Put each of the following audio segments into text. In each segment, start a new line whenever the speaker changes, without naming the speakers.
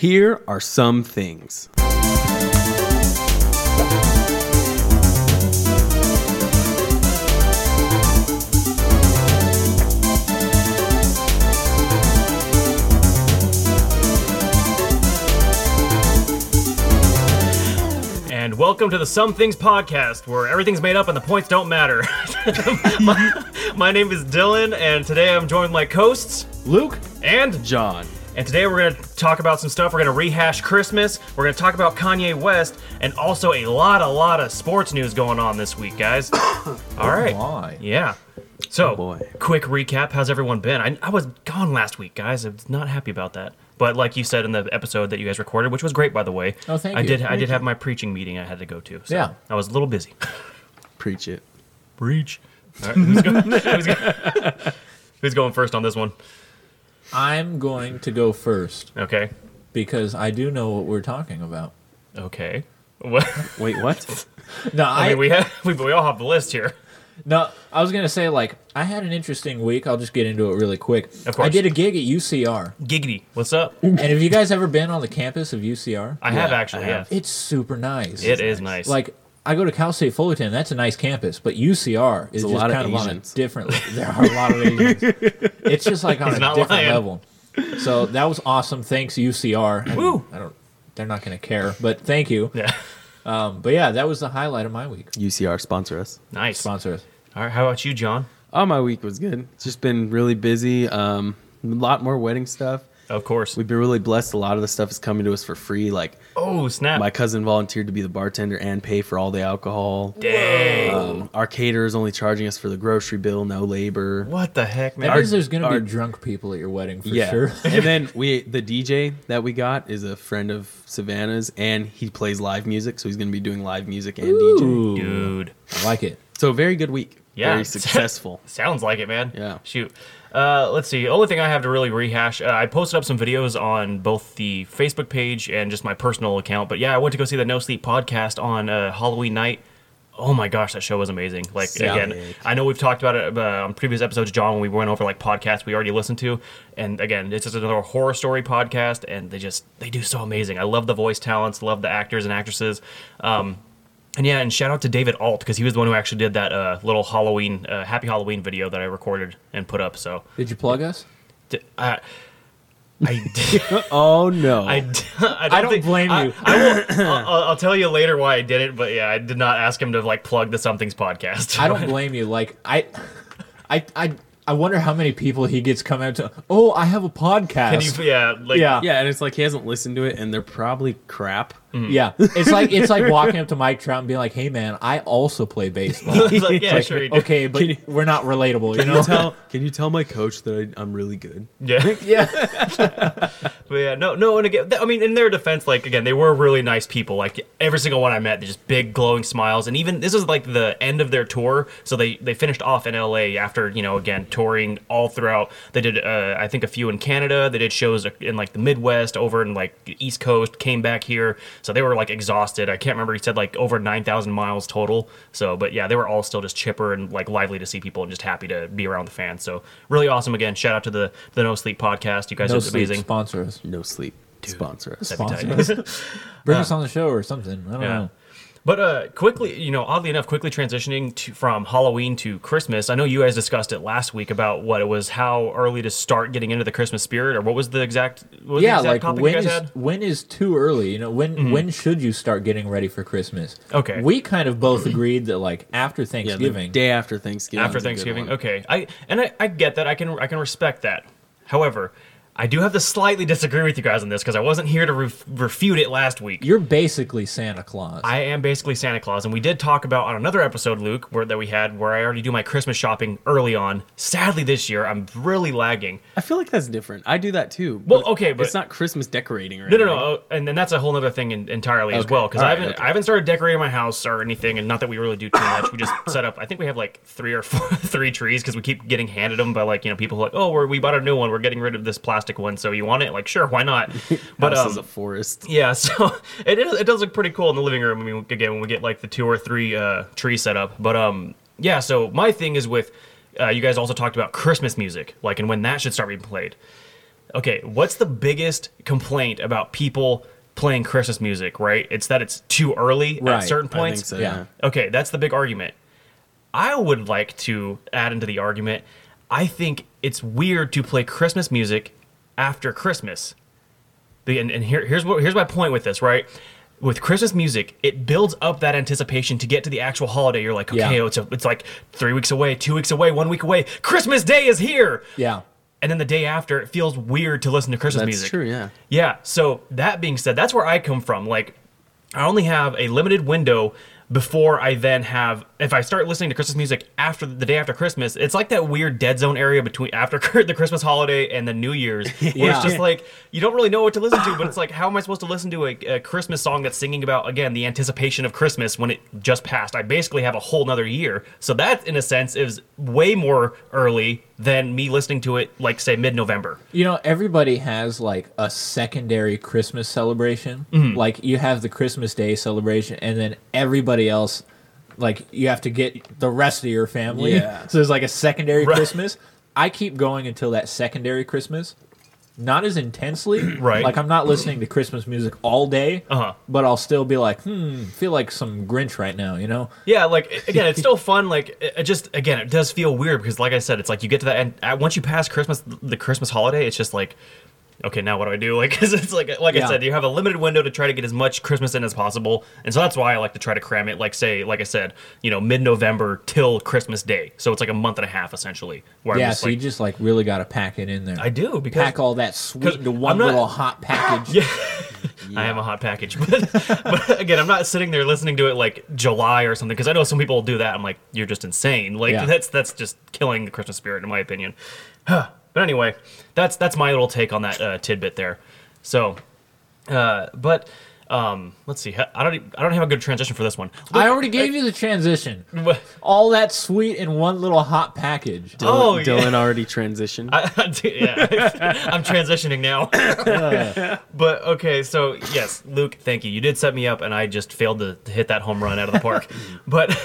Here are some things.
And welcome to the Some Things podcast, where everything's made up and the points don't matter. my, my name is Dylan, and today I'm joined with my hosts,
Luke,
and
John.
and today we're gonna talk about some stuff. We're gonna rehash Christmas. We're gonna talk about Kanye West, and also a lot, a lot of sports news going on this week, guys. All right.
my.
Yeah. So,
Oh, boy.
quick recap. How's everyone been? I, I was gone last week, guys. I'm not happy about that. But like you said in the episode that you guys recorded, which was great, by the way.
Oh, thank
I
you.
did. I
Thank
did have my preaching meeting I had to go to. So
Yeah.
I was a little busy.
Preach it.
Preach. All right, who's, going, who's, going, who's going first on this one?
I'm going to go first
Okay.
because I do know what we're talking about.
Okay. What?
Wait, what?
No,
I
I,
mean, we have we, we all have the list here.
no, I was gonna say like I had an interesting week. I'll just get into it really quick.
Of course.
I did a gig at UCR,
Giggity, what's up?
and have you guys ever been on the campus of UCR?
I have actually.
I
yeah.
have.
It's super nice.
It is nice.
Like I go to Cal State Fullerton. That's a nice campus, but UCR is
a
just
lot of
kind of, on a
Asians.
different. There are a lot of Asians. it's just like on
He's
a
not
different
lying.
level. So that was awesome. Thanks UCR. I mean,
Woo.
I don't. They're not going to care, but thank you.
yeah.
Um, but yeah, that was the highlight of my week.
UCR sponsor us.
Nice. All
Sponsors.
right. How about you, John?
Oh, my week was good. It's just been really busy. Um, a lot more wedding stuff.
Of course.
We've been really blessed. A lot of the stuff is coming to us for free. Like
oh snap!
my cousin volunteered to be the bartender and pay for all the alcohol.
Dang.
Um, our caterer is only charging us for the grocery bill, no labor.
What the heck, man?
That means there's going to
our-
be drunk people at your wedding for
yeah.
sure.
and then we the DJ that we got is a friend of Savannah's and he plays live music, so he's gonna be doing live music and DJ.
Ooh,
Dude.
I like it.
So very good week.
Yeah.
Very successful.
Sounds like it, man.
Yeah.
Shoot. Uh, let's see. Only thing I have to really rehash. Uh, I posted up some videos on both the Facebook page and just my personal account. But yeah, I went to go see the No Sleep podcast on uh, Halloween night. Oh my gosh, that show was amazing. Like
Sick.
again, I know we've talked about it uh, on previous episodes, John, when we went over like podcasts we already listened to. And again, it's just another horror story podcast, and they just they do so amazing. I love the voice talents, love the actors and actresses. Um, and yeah, and shout out to David Alt because he was the one who actually did that uh, little Halloween, uh, Happy Halloween video that I recorded and put up. So
Did you plug us?
d- I, I, d-
Oh no.
I, d- I don't,
I don't
think-
blame
I-
you.
I will, I'll, I'll- I'll tell you later why I did it, but yeah, I did not ask him to like plug the Somethings podcast.
I don't blame you. Like I, I, I, I wonder how many people he gets come out to. Oh, I have a
Can you-
podcast.
yeah, like,
yeah, yeah,
yeah, and it's like he hasn't listened to it and they're probably crap.
Mm-hmm.
It's like it's like walking up to Mike Trout and being like, "Hey, man, I also play baseball."
like, yeah, sure. he did.
okay, but
you-
we're not relatable, you
Can you
know?
tell can you tell my coach that I, I'm really good?
Yeah.
yeah,
But yeah, no, no, and again, th- I mean, in their defense, like again, they were really nice people. Like every single one I met, they just big glowing smiles, and even this was like the end of their tour, so they they finished off in L.A. after you know again touring all throughout. They did uh, I think a few in Canada. They did shows uh, in like the Midwest, over in like the East Coast, came back here, so they were like exhausted. I can't remember. He said like over nine thousand miles total. So, but yeah, they were all still just chipper and like lively to see people and just happy to be around the fans. So really awesome. Again, shout out to the the No Sleep podcast. You guys
no
are
sleep
amazing.
sponsors.
No sleep. Sponsor us.
Sponsor us. Bring us on the show or something. I don't
Yeah.
know.
But uh, quickly, you know, oddly enough, quickly transitioning to, from Halloween to Christmas. I know you guys discussed it last week about what it was, how early to start getting into the Christmas spirit, or what was the exact what was
Yeah,
the exact
like
topic
when
you guys
is
had? Mm-hmm.
when is too early? You know, when when should you start getting ready for Christmas?
Okay.
we kind of both agreed that like after
Yeah,
Thanksgiving,
day after Thanksgiving.
after
is a good
Thanksgiving.
one.
Okay, I and I, I get that. I can I can respect that. However, I do have to slightly disagree with you guys on this because I wasn't here to ref- refute it last week.
you're basically Santa Claus.
I am basically Santa Claus, and we did talk about on another episode, Luke, where that we had where I already do my Christmas shopping early on. Sadly, this year I'm really lagging.
I feel like that's different. I do that too.
Well, okay, but-
it's not Christmas decorating or
No, no,
anything.
no, oh, and then that's a whole other thing in, entirely as
Okay.
well because
All
I
right,
haven't
okay.
I haven't started decorating my house or anything, and not that we really do too much. We just set up. I think we have like three or four, three trees because we keep getting handed them by like you know people who are like oh we're, we bought a new one, we're getting rid of this plastic one, so you want it? Like sure, why not? But
House
um,
is a forest.
yeah, so it, is- it does look pretty cool in the living room. I mean, again, when we get like the two or three uh, tree set up. But um, yeah. So my thing is with uh, you guys also talked about Christmas music, like and when that should start being played. okay, what's the biggest complaint about people playing Christmas music, right? It's that it's too early
Right,
at certain
I
points.
think so.
yeah.
yeah.
Okay, that's the big argument. I would like to add into the argument. I think it's weird to play Christmas music after Christmas. The, and and here, here's what here's my point with this, right? With Christmas music, it builds up that anticipation to get to the actual holiday. You're like,
Yeah.
okay, oh, it's a, it's like three weeks away, two weeks away, one week away. Christmas Day is here.
Yeah.
And then the day after, it feels weird to listen to Christmas
That's
music.
true. Yeah.
Yeah. So that being said, that's where I come from. Like, I only have a limited window before I then have. If I start listening to Christmas music after the day after Christmas, it's like that weird dead zone area between after the Christmas holiday and the New Year's, where
Yeah.
it's just like you don't really know what to listen to. But it's like, how am I supposed to listen to a, a Christmas song that's singing about again the anticipation of Christmas when it just passed? I basically have a whole nother year. So that, in a sense, is way more early than me listening to it like say mid November.
You know, everybody has like a secondary Christmas celebration.
Mm-hmm.
Like you have the Christmas Day celebration, and then everybody else, like you have to get the rest of your family.
Yeah.
So there's like a secondary
Right.
Christmas. I keep going until that secondary Christmas. Not as intensely,
Right.
Like I'm not listening to Christmas music all day,
Uh-huh.
but I'll still be like, hmm, feel like some Grinch right now, you know?
Yeah, like again, it's still fun. Like it it just again, it does feel weird because, like I said, it's like you get to that end. at- Once you pass Christmas, the Christmas holiday, it's just like, okay, now what do I do? Like, 'cause it's like, like
Yeah.
I said, you have a limited window to try to get as much Christmas in as possible, and so that's why I like to try to cram it. Like say, like I said, you know, mid-November till Christmas Day, so it's like a month and a half essentially. Where
yeah.
I'm just
So
like,
you just like really got to pack it in there.
I do because
pack all that sweet
'cause
into
I'm
one
not-
little hot package.
I am a hot package, but, but again, I'm not sitting there listening to it like July or something because I know some people will do that. I'm like, you're just insane. Like
Yeah.
that's that's just killing the Christmas spirit, in my opinion. but anyway, that's that's my little take on that uh, tidbit there. So, uh, but um, let's see. I don't e- I don't have a good transition for this one.
I already gave you the transition.
What-
All that sweet in one little hot package.
Dylan,
Oh, yeah.
Dylan already transitioned.
yeah, I'm transitioning now. but okay, so yes, Luke, thank you. You did set me up, and I just failed to, to hit that home run out of the park. but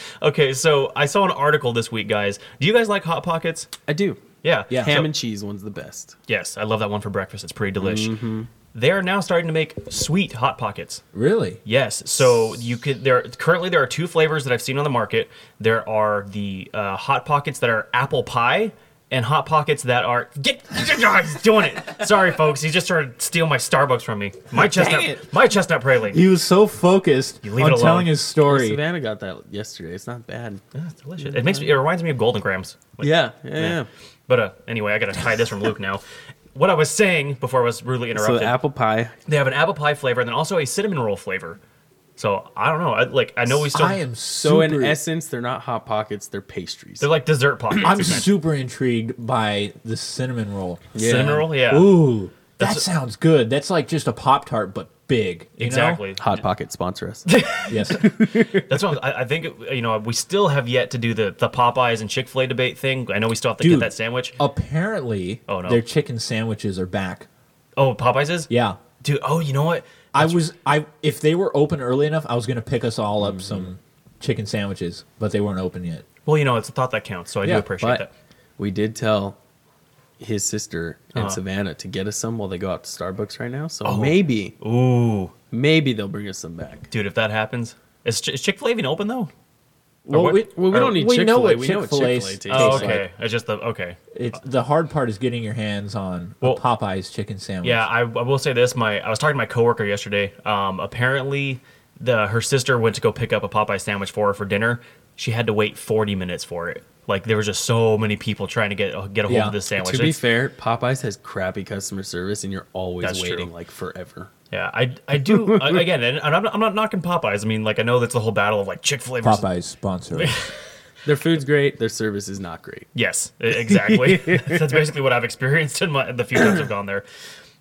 okay, so I saw an article this week, guys. Do you guys like hot pockets?
I do.
Yeah,
Yeah.
Ham
So-
and cheese one's the best.
yes, I love that one for breakfast. It's pretty delish.
Mm-hmm.
They are now starting to make sweet hot pockets.
Really?
Yes. So you could there currently there are two flavors that I've seen on the market. There are the uh, hot pockets that are apple pie and hot pockets that are get he's doing it. Sorry folks, he just started to steal my Starbucks from me. My chestnut
it.
my chestnut praline.
He was so focused
You
on
leave it alone.
telling his story.
Savannah got that yesterday. It's not bad.
It's delicious. It makes me it reminds me of Golden Grams. Like,
Yeah, yeah, yeah.
But uh, anyway, I got to hide this from Luke now. What I was saying before I was rudely
So
interrupted.
the apple pie.
they have an apple pie flavor and then also a cinnamon roll flavor. So I don't know. I, like I know we still
I am
So
super,
in essence, they're not hot pockets. They're pastries.
they're like dessert pockets.
I'm
essentially.
super intrigued by the cinnamon roll.
Yeah.
cinnamon roll. Yeah.
Ooh, that
That's-
sounds good. That's like just a Pop Tart, but big. you know?
Exactly.
hot pocket sponsor us.
Yes.
That's what I, I think. You know, we still have yet to do the the Popeyes and Chick Fil A debate thing. I know we still have to get
Dude.
that sandwich.
Apparently,
Oh, no.
their chicken sandwiches are back.
Oh, Popeyes is.
Yeah.
Dude. Oh, you know what?
I was I if they were open early enough, I was gonna pick us all
Mm-hmm.
up some chicken sandwiches, but they weren't open yet.
Well, you know, it's a thought that counts. So I do
Yeah,
appreciate
but
that.
we did tell his sister and
Uh-huh. Oh.
Savannah to get us some while they go out to Starbucks right now. So maybe,
Ooh,
maybe they'll bring us some back.
dude. If that happens, is, Ch- is Chick Fil A even open though?
Well,
what-
we,
Well, we
or-
don't need
we
Chick
know
Fil A.
what
We know what Chick Fil A
Chick-fil-A's
tastes
tastes
Oh,
like-
okay. It's just the okay.
It's the hard part is getting your hands on
Well-
a Popeyes chicken sandwich.
Yeah, I, I will say this. My I was talking to my coworker yesterday. Um, apparently, the her sister went to go pick up a Popeye sandwich for her for dinner. She had to wait 40 minutes for it. Like there was just so many people trying to get get a hold
Yeah.
of this sandwich.
To be
It's-
fair, Popeyes has crappy customer service, and you're always
That's
waiting
true.
like forever.
Yeah, I, I do I- again, and I'm not, I'm not knocking Popeyes. I mean, like I know that's the whole battle of like Chick Fil A.
Popeyes sponsor. us.
Their food's great. Their service is not great.
Yes, e- exactly. that's basically what I've experienced in my the few times I've gone there.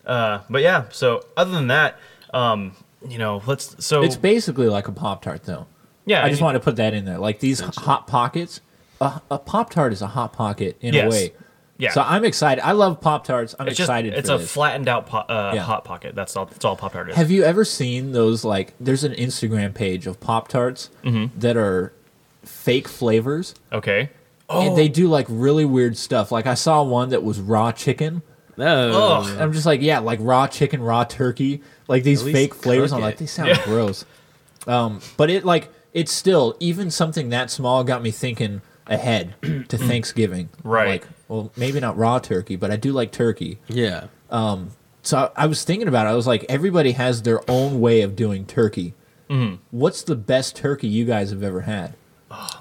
Uh, but yeah, so other than that, um, you know, let's so
it's basically like a Pop Tart though.
yeah,
I just
you-
want to put that in there. Like these hot pockets, a, a Pop Tart is a hot pocket in
Yes.
a way.
yeah.
So I'm excited. I love Pop Tarts. I'm
it's just
excited
it's
for
a
this.
flattened out po- uh,
Yeah.
hot pocket. That's all. That's all Pop Tart is.
Have you ever seen those like there's an Instagram page of Pop Tarts that are fake flavors
okay.
and they do like really weird stuff. Like I saw one that was raw chicken
Oh,
Ugh.
And I'm just like, yeah, like raw chicken, raw turkey, like these
At least
fake flavors.
cook
I'm like,
it.
they sound
Yeah.
gross. Um, but it like it's still even something that small got me thinking ahead to Thanksgiving. I'm
Right.
Like, well, maybe not raw turkey, but I do like turkey.
yeah.
So I, I was thinking about it. I was like, everybody has their own way of doing turkey.
Mm-hmm.
What's the best turkey you guys have ever had?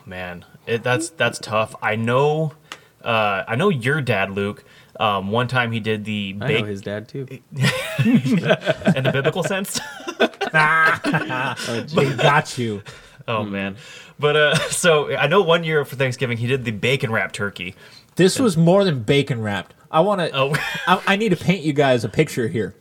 man, it, that's that's tough. I know, uh, I know your dad, Luke. Um, one time he did the
I know
bake
his dad too.
in the biblical sense.
Ah.
They got you.
oh man, but uh, so I know one year for Thanksgiving he did the bacon wrap turkey.
This was more than bacon wrapped. I want to.
Oh.
I, I need to paint you guys a picture here.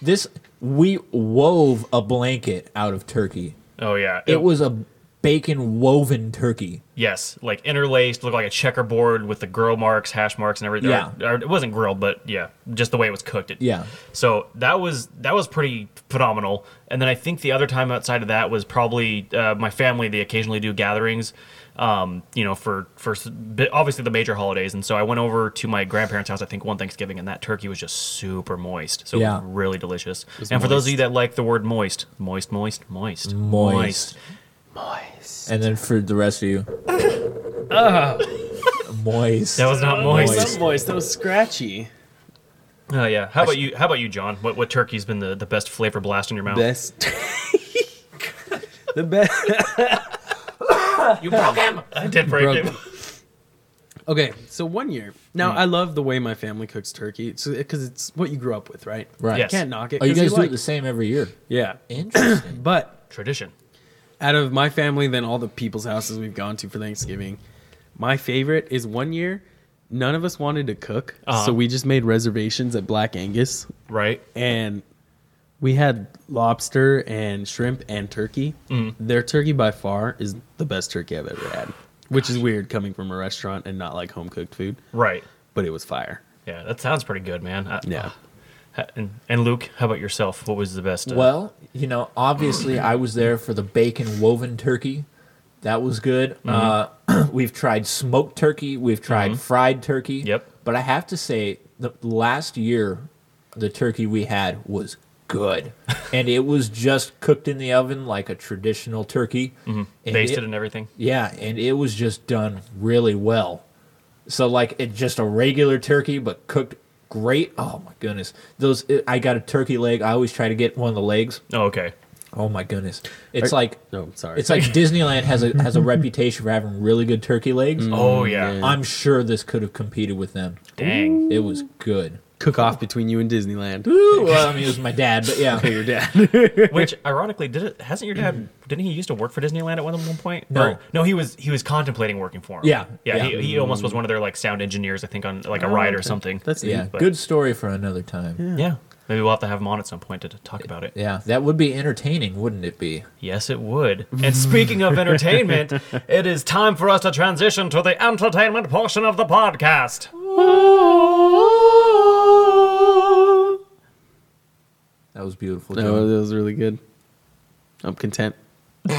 This we wove a blanket out of turkey.
Oh yeah,
It was a bacon woven turkey.
yes, like interlaced, looked like a checkerboard with the grill marks, hash marks, and everything.
Yeah.
Or- or it wasn't grilled, but yeah, just the way it was cooked. It,
Yeah.
So that was that was pretty phenomenal. And then I think the other time outside of that was probably uh, my family. They occasionally do gatherings, um, you know, for for s- bi- obviously the major holidays. And so I went over to my grandparents' house. I think one Thanksgiving, and that turkey was just super moist. So it
Yeah.
was really delicious. And for those of you that like the word moist, moist, moist, moist,
Moist.
moist.
And then for the rest of you, moist.
That was not moist.
Moist.
moist. That was scratchy.
Oh yeah. How about you? How about you, John? What what turkey's been the, the best flavor blast in your mouth?
Best. the best.
You broke him. I did break
Broke.
him.
Okay, so one year.
Mm.
Now I love the way my family cooks turkey, so because it's what you grew up with, right?
Right.
You
Yes.
can't knock it.
Oh, you
'cause
guys do
like-
it the same every year.
Yeah.
Interesting.
But
Tradition.
out of my family than all the people's houses we've gone to for Thanksgiving. My favorite is one year, none of us wanted to cook,
Uh-huh.
so we just made reservations at Black Angus,
Right.
and we had lobster and shrimp and turkey.
Mm.
Their turkey by far is the best turkey I've ever had, which is weird coming from a restaurant and not like home cooked food,
Right.
but it was fire.
Yeah, that sounds pretty good, man. I,
Yeah.
uh, and, and Luke, how about yourself? What was the best? Uh,
Well, you know, obviously I was there for the bacon woven turkey. That was good. Uh, we've tried smoked turkey. We've tried fried turkey.
Yep.
But I have to say, the last year, the turkey we had was good, and it was just cooked in the oven like a traditional turkey. Mm-hmm.
basted and everything.
Yeah, and it was just done really well. So like it just a regular turkey, but cooked great. Oh my goodness, those I got a turkey leg. I always try to get one of the legs.
Oh, okay.
Oh my goodness, it's
Are-
like
No, sorry.
it's like Disneyland has a has a reputation for having really good turkey legs.
Oh yeah.
yeah.
I'm sure this could have competed with them.
Dang.
It was good.
cook off between you and Disneyland.
Ooh, well, I mean, it was my dad, but yeah.
Your dad.
Which ironically, did it? Hasn't your dad? Didn't he used to work for Disneyland at one one point?
No.
Or- no, he was he was contemplating working for him.
Yeah,
Yeah.
yeah.
He, he almost was one of their like sound engineers, I think, on like a ride or something.
That's
Yeah,
yeah.
but-
good story for another time.
yeah. Maybe we'll have to have him on at some point to to talk about it.
Yeah, that would be entertaining, wouldn't it be?
Yes, it would. And speaking of entertainment, it is time for us to transition to the entertainment portion of the podcast.
That was beautiful.
No,
Joe.
that was really good. I'm content.
Sorry,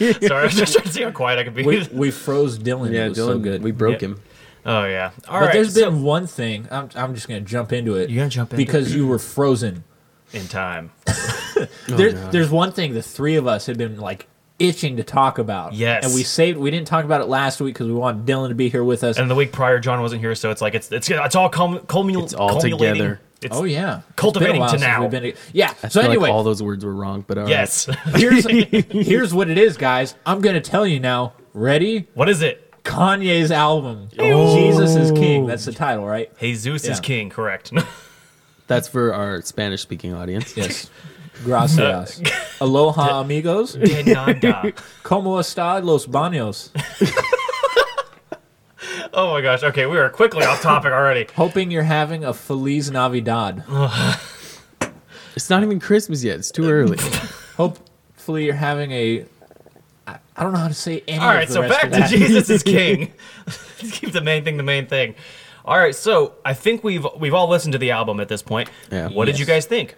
I was just trying to see how quiet I could be.
we, we froze Dylan.
Yeah, Dylan,
it was so good.
we broke
Yeah.
him.
Oh yeah. All
but
right,
there's
so-
been one thing. I'm, I'm just gonna jump into it.
You're gonna jump into
because you were frozen.
in time.
Oh,
There, there's one thing the three of us had been like itching to talk about.
Yes.
and we saved. We didn't talk about it last week because we wanted Dylan to be here with us.
And the week prior, John wasn't here, so it's like it's it's it's all cum, cumul-
It's all
cumulating.
together.
It's,
oh yeah, It's been a
cultivating
while
to
since
now.
we've been- yeah.
I
so
feel like
anyway,
all those words were wrong, but uh, all right.
Yes.
here's here's what it is, guys. I'm gonna tell you now. Ready?
what is it?
Kanye's album,
Oh.
Jesus is King. That's the title, right?
Jesus is
Yeah.
king. Correct.
that's for our Spanish-speaking audience.
Yes. Gracias. Aloha, amigos.
De nada.
Como está los baños?
oh my gosh. Okay, we are quickly off topic already.
Hoping you're having a Feliz Navidad.
It's not even Christmas yet. It's too early.
Hopefully you're having a. I, I don't know how to say any.
All right,
of the
so
rest
back
of
to
that.
Jesus is King. Let's keep the main thing the main thing. All right, so I think we've we've all listened to the album at this point.
Yeah.
What did you
Yes.
guys think?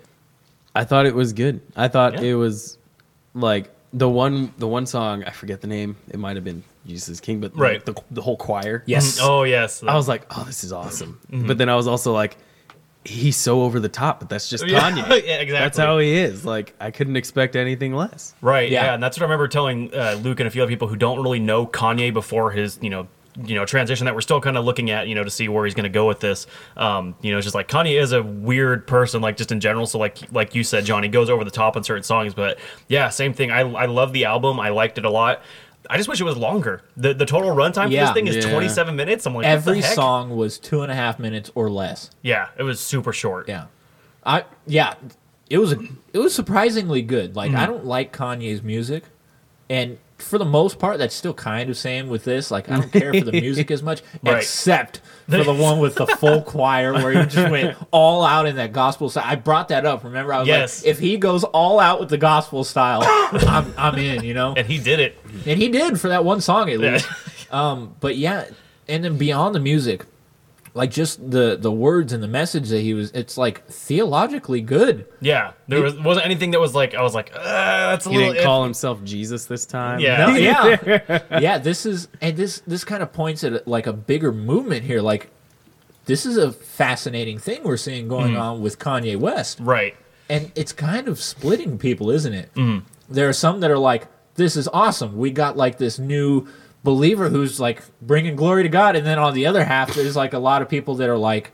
I thought it was good. I thought
Yeah.
it was like the one the one song I forget the name. It might have been Jesus King, but
Right.
the, the whole choir.
Yes.
Oh yes.
I was like, oh, this is awesome. But then I was also like, he's so over the top, but that's just
Yeah,
Kanye.
yeah, exactly.
That's how he is. Like I couldn't expect anything less.
Right. Yeah.
Yeah.
and that's what I remember telling uh, Luke and a few other people who don't really know Kanye before his, you know, you know, transition that we're still kind of looking at, you know, to see where he's going to go with this. Um, you know, it's just like Kanye is a weird person, like just in general. So like, like you said, John, he goes over the top on certain songs, but yeah, same thing. I, I love the album. I liked it a lot. I just wish it was longer. The the total runtime
Yeah.
for this thing is
Yeah.
27 minutes. I'm like, what the
Every
heck?
song was two and a half minutes or less.
Yeah. It was super short.
Yeah, I yeah, it was a, it was surprisingly good. Like
Mm-hmm.
I don't like Kanye's music, and for the most part, that's still kind of same with this. Like I don't care for the music as much,
Right.
except for the one with the full choir where he just went all out in that gospel style. I brought that up. Remember, I was
Yes.
like, if he goes all out with the gospel style, I'm I'm in. You know,
And he did it.
and he did for that one song at least. um, but yeah, and then beyond the music, like just the the words and the message that he was, it's like theologically good.
Yeah. There was, wasn't anything that was like, I was like, uh, that's a
He
little
didn't call himself Jesus this time.
Yeah.
No, yeah, yeah. This is and this this kind of points at like a bigger movement here. Like this is a fascinating thing we're seeing going on with Kanye West.
Right.
and it's kind of splitting people, isn't it? There are some that are like, "This is awesome. We got like this new believer who's like bringing glory to God," and then on the other half, there's like a lot of people that are like,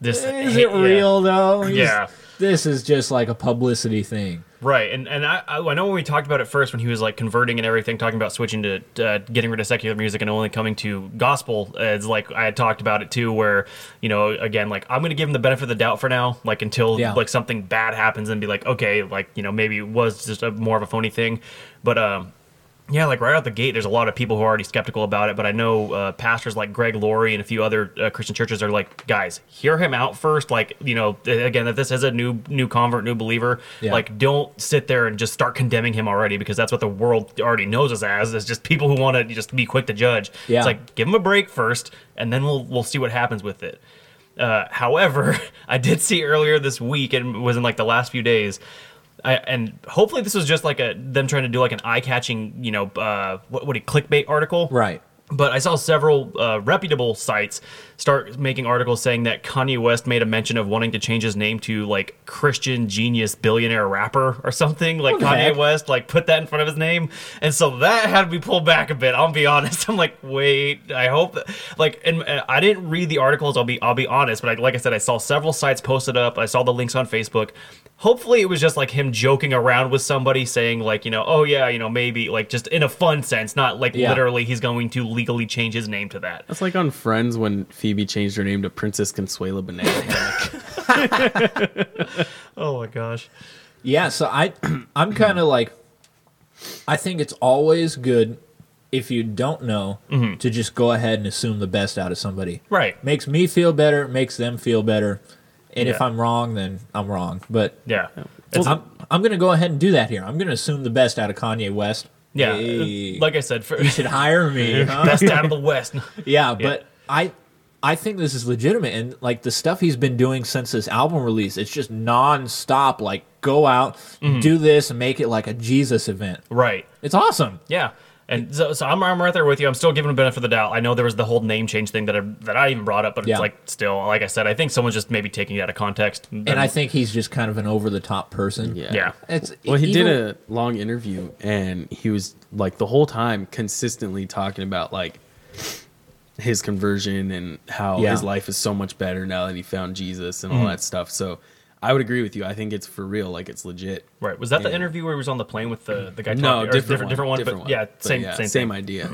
This
Eh, "Is
yeah.
it real though? He's-
Yeah.
this is just like a publicity thing."
Right, and and I I I know when we talked about it first when he was like converting and everything, talking about switching to uh, getting rid of secular music and only coming to gospel. Uh, it's like I had talked about it too, where you know again like I'm gonna give him the benefit of the doubt for now, like until
Yeah.
like something bad happens and be like okay, like you know maybe it was just a, more of a phony thing, but um. Yeah, like right out the gate, there's a lot of people who are already skeptical about it. But I know uh, pastors like Greg Laurie and a few other uh, Christian churches are like, guys, hear him out first. Like, you know, again, if this is a new new convert, new believer,
Yeah.
like, don't sit there and just start condemning him already because that's what the world already knows us as. Is just people who want to just be quick to judge.
Yeah.
It's like give him a break first, and then we'll we'll see what happens with it. Uh, however, I did see earlier this week, and it was in like the last few days. I, and hopefully this was just like a them trying to do like an eye-catching, you know, uh, what what a clickbait article,
Right.
But I saw several uh, reputable sites start making articles saying that Kanye West made a mention of wanting to change his name to like Christian genius billionaire rapper or something. Like
What the
Kanye
heck?
West, like put that in front of his name, and so that had me pull back a bit. I'll be honest. I'm like, wait. I hope, that, like, and uh, I didn't read the articles. I'll be, I'll be honest. But I, like I said, I saw several sites posted up. I saw the links on Facebook. Hopefully, it was just like him joking around with somebody, saying like, you know, oh yeah, you know, maybe like just in a fun sense, not like
Yeah.
literally he's going to legally change his name to that.
That's like on Friends when Phoebe changed her name to Princess Consuela Banana.
Oh my gosh.
Yeah, so I I'm kind
Mm-hmm.
of like I think it's always good if you don't know to just go ahead and assume the best out of somebody.
Mm-hmm. Right.
Makes me feel better, makes them feel better. And if
Yeah.
I'm wrong, then I'm wrong. But
Yeah.
It's- I'm I'm going to go ahead and do that here. I'm going to assume the best out of Kanye West.
Yeah.
Hey,
Like I said, for,
should hire me. huh?
best out of the West.
Yeah, but I I think this is legitimate and like the stuff he's been doing since this album release, it's just nonstop. Like go out,
Mm-hmm.
do this, and make it like a Jesus event.
right.
It's awesome.
Yeah. And so, so I'm, I'm right there with you. I'm still giving him benefit of the doubt. I know there was the whole name change thing that I, that I even brought up, but
Yeah.
it's like still, like I said, I think someone's just maybe taking it out of context.
And I think he's just kind of an over the top person.
yeah,
It's
Well, he
even-
did a long interview, and he was like the whole time consistently talking about like his conversion and how
Yeah.
his life is so much better now that he found Jesus and all
Mm-hmm.
that stuff. So, I would agree with you. I think it's for real, like it's legit.
right. Was that the
Yeah.
interview where he was on the plane with the the guy?
No,
talking, or
different, one,
different one,
different
but yeah, same, same, thing.
idea.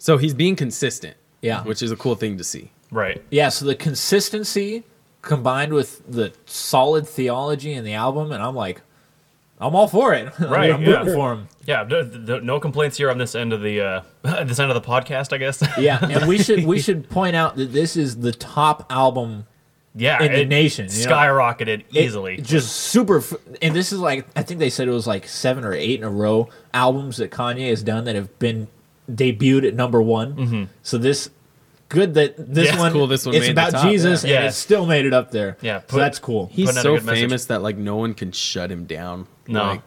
So he's being consistent,
Yeah.
which is a cool thing to see.
right.
Yeah, so the consistency combined with the solid theology in the album, and I'm like, I'm all for it.
Right,
I'm
yeah.
rooting for him.
Yeah, no, no- no complaints here on this end of the uh, this end of the podcast, I guess.
Yeah, and we should we should point out that this is the top album
yeah,
In the
it
nation, you know.
skyrocketed
It-
easily.
just super f- and this is like i think they said it was like seven or eight in a row albums that kanye has done that have been debuted at number one so this good that this
Yeah, it's
one
Mm-hmm. cool this one
it's
made the
about
top,
jesus
yeah.
and
Yeah.
it still made it up there
Yeah,
so
put-
that's cool
He's
Putting out a
so
good message.
famous that like no one can shut him down.
No.
Like,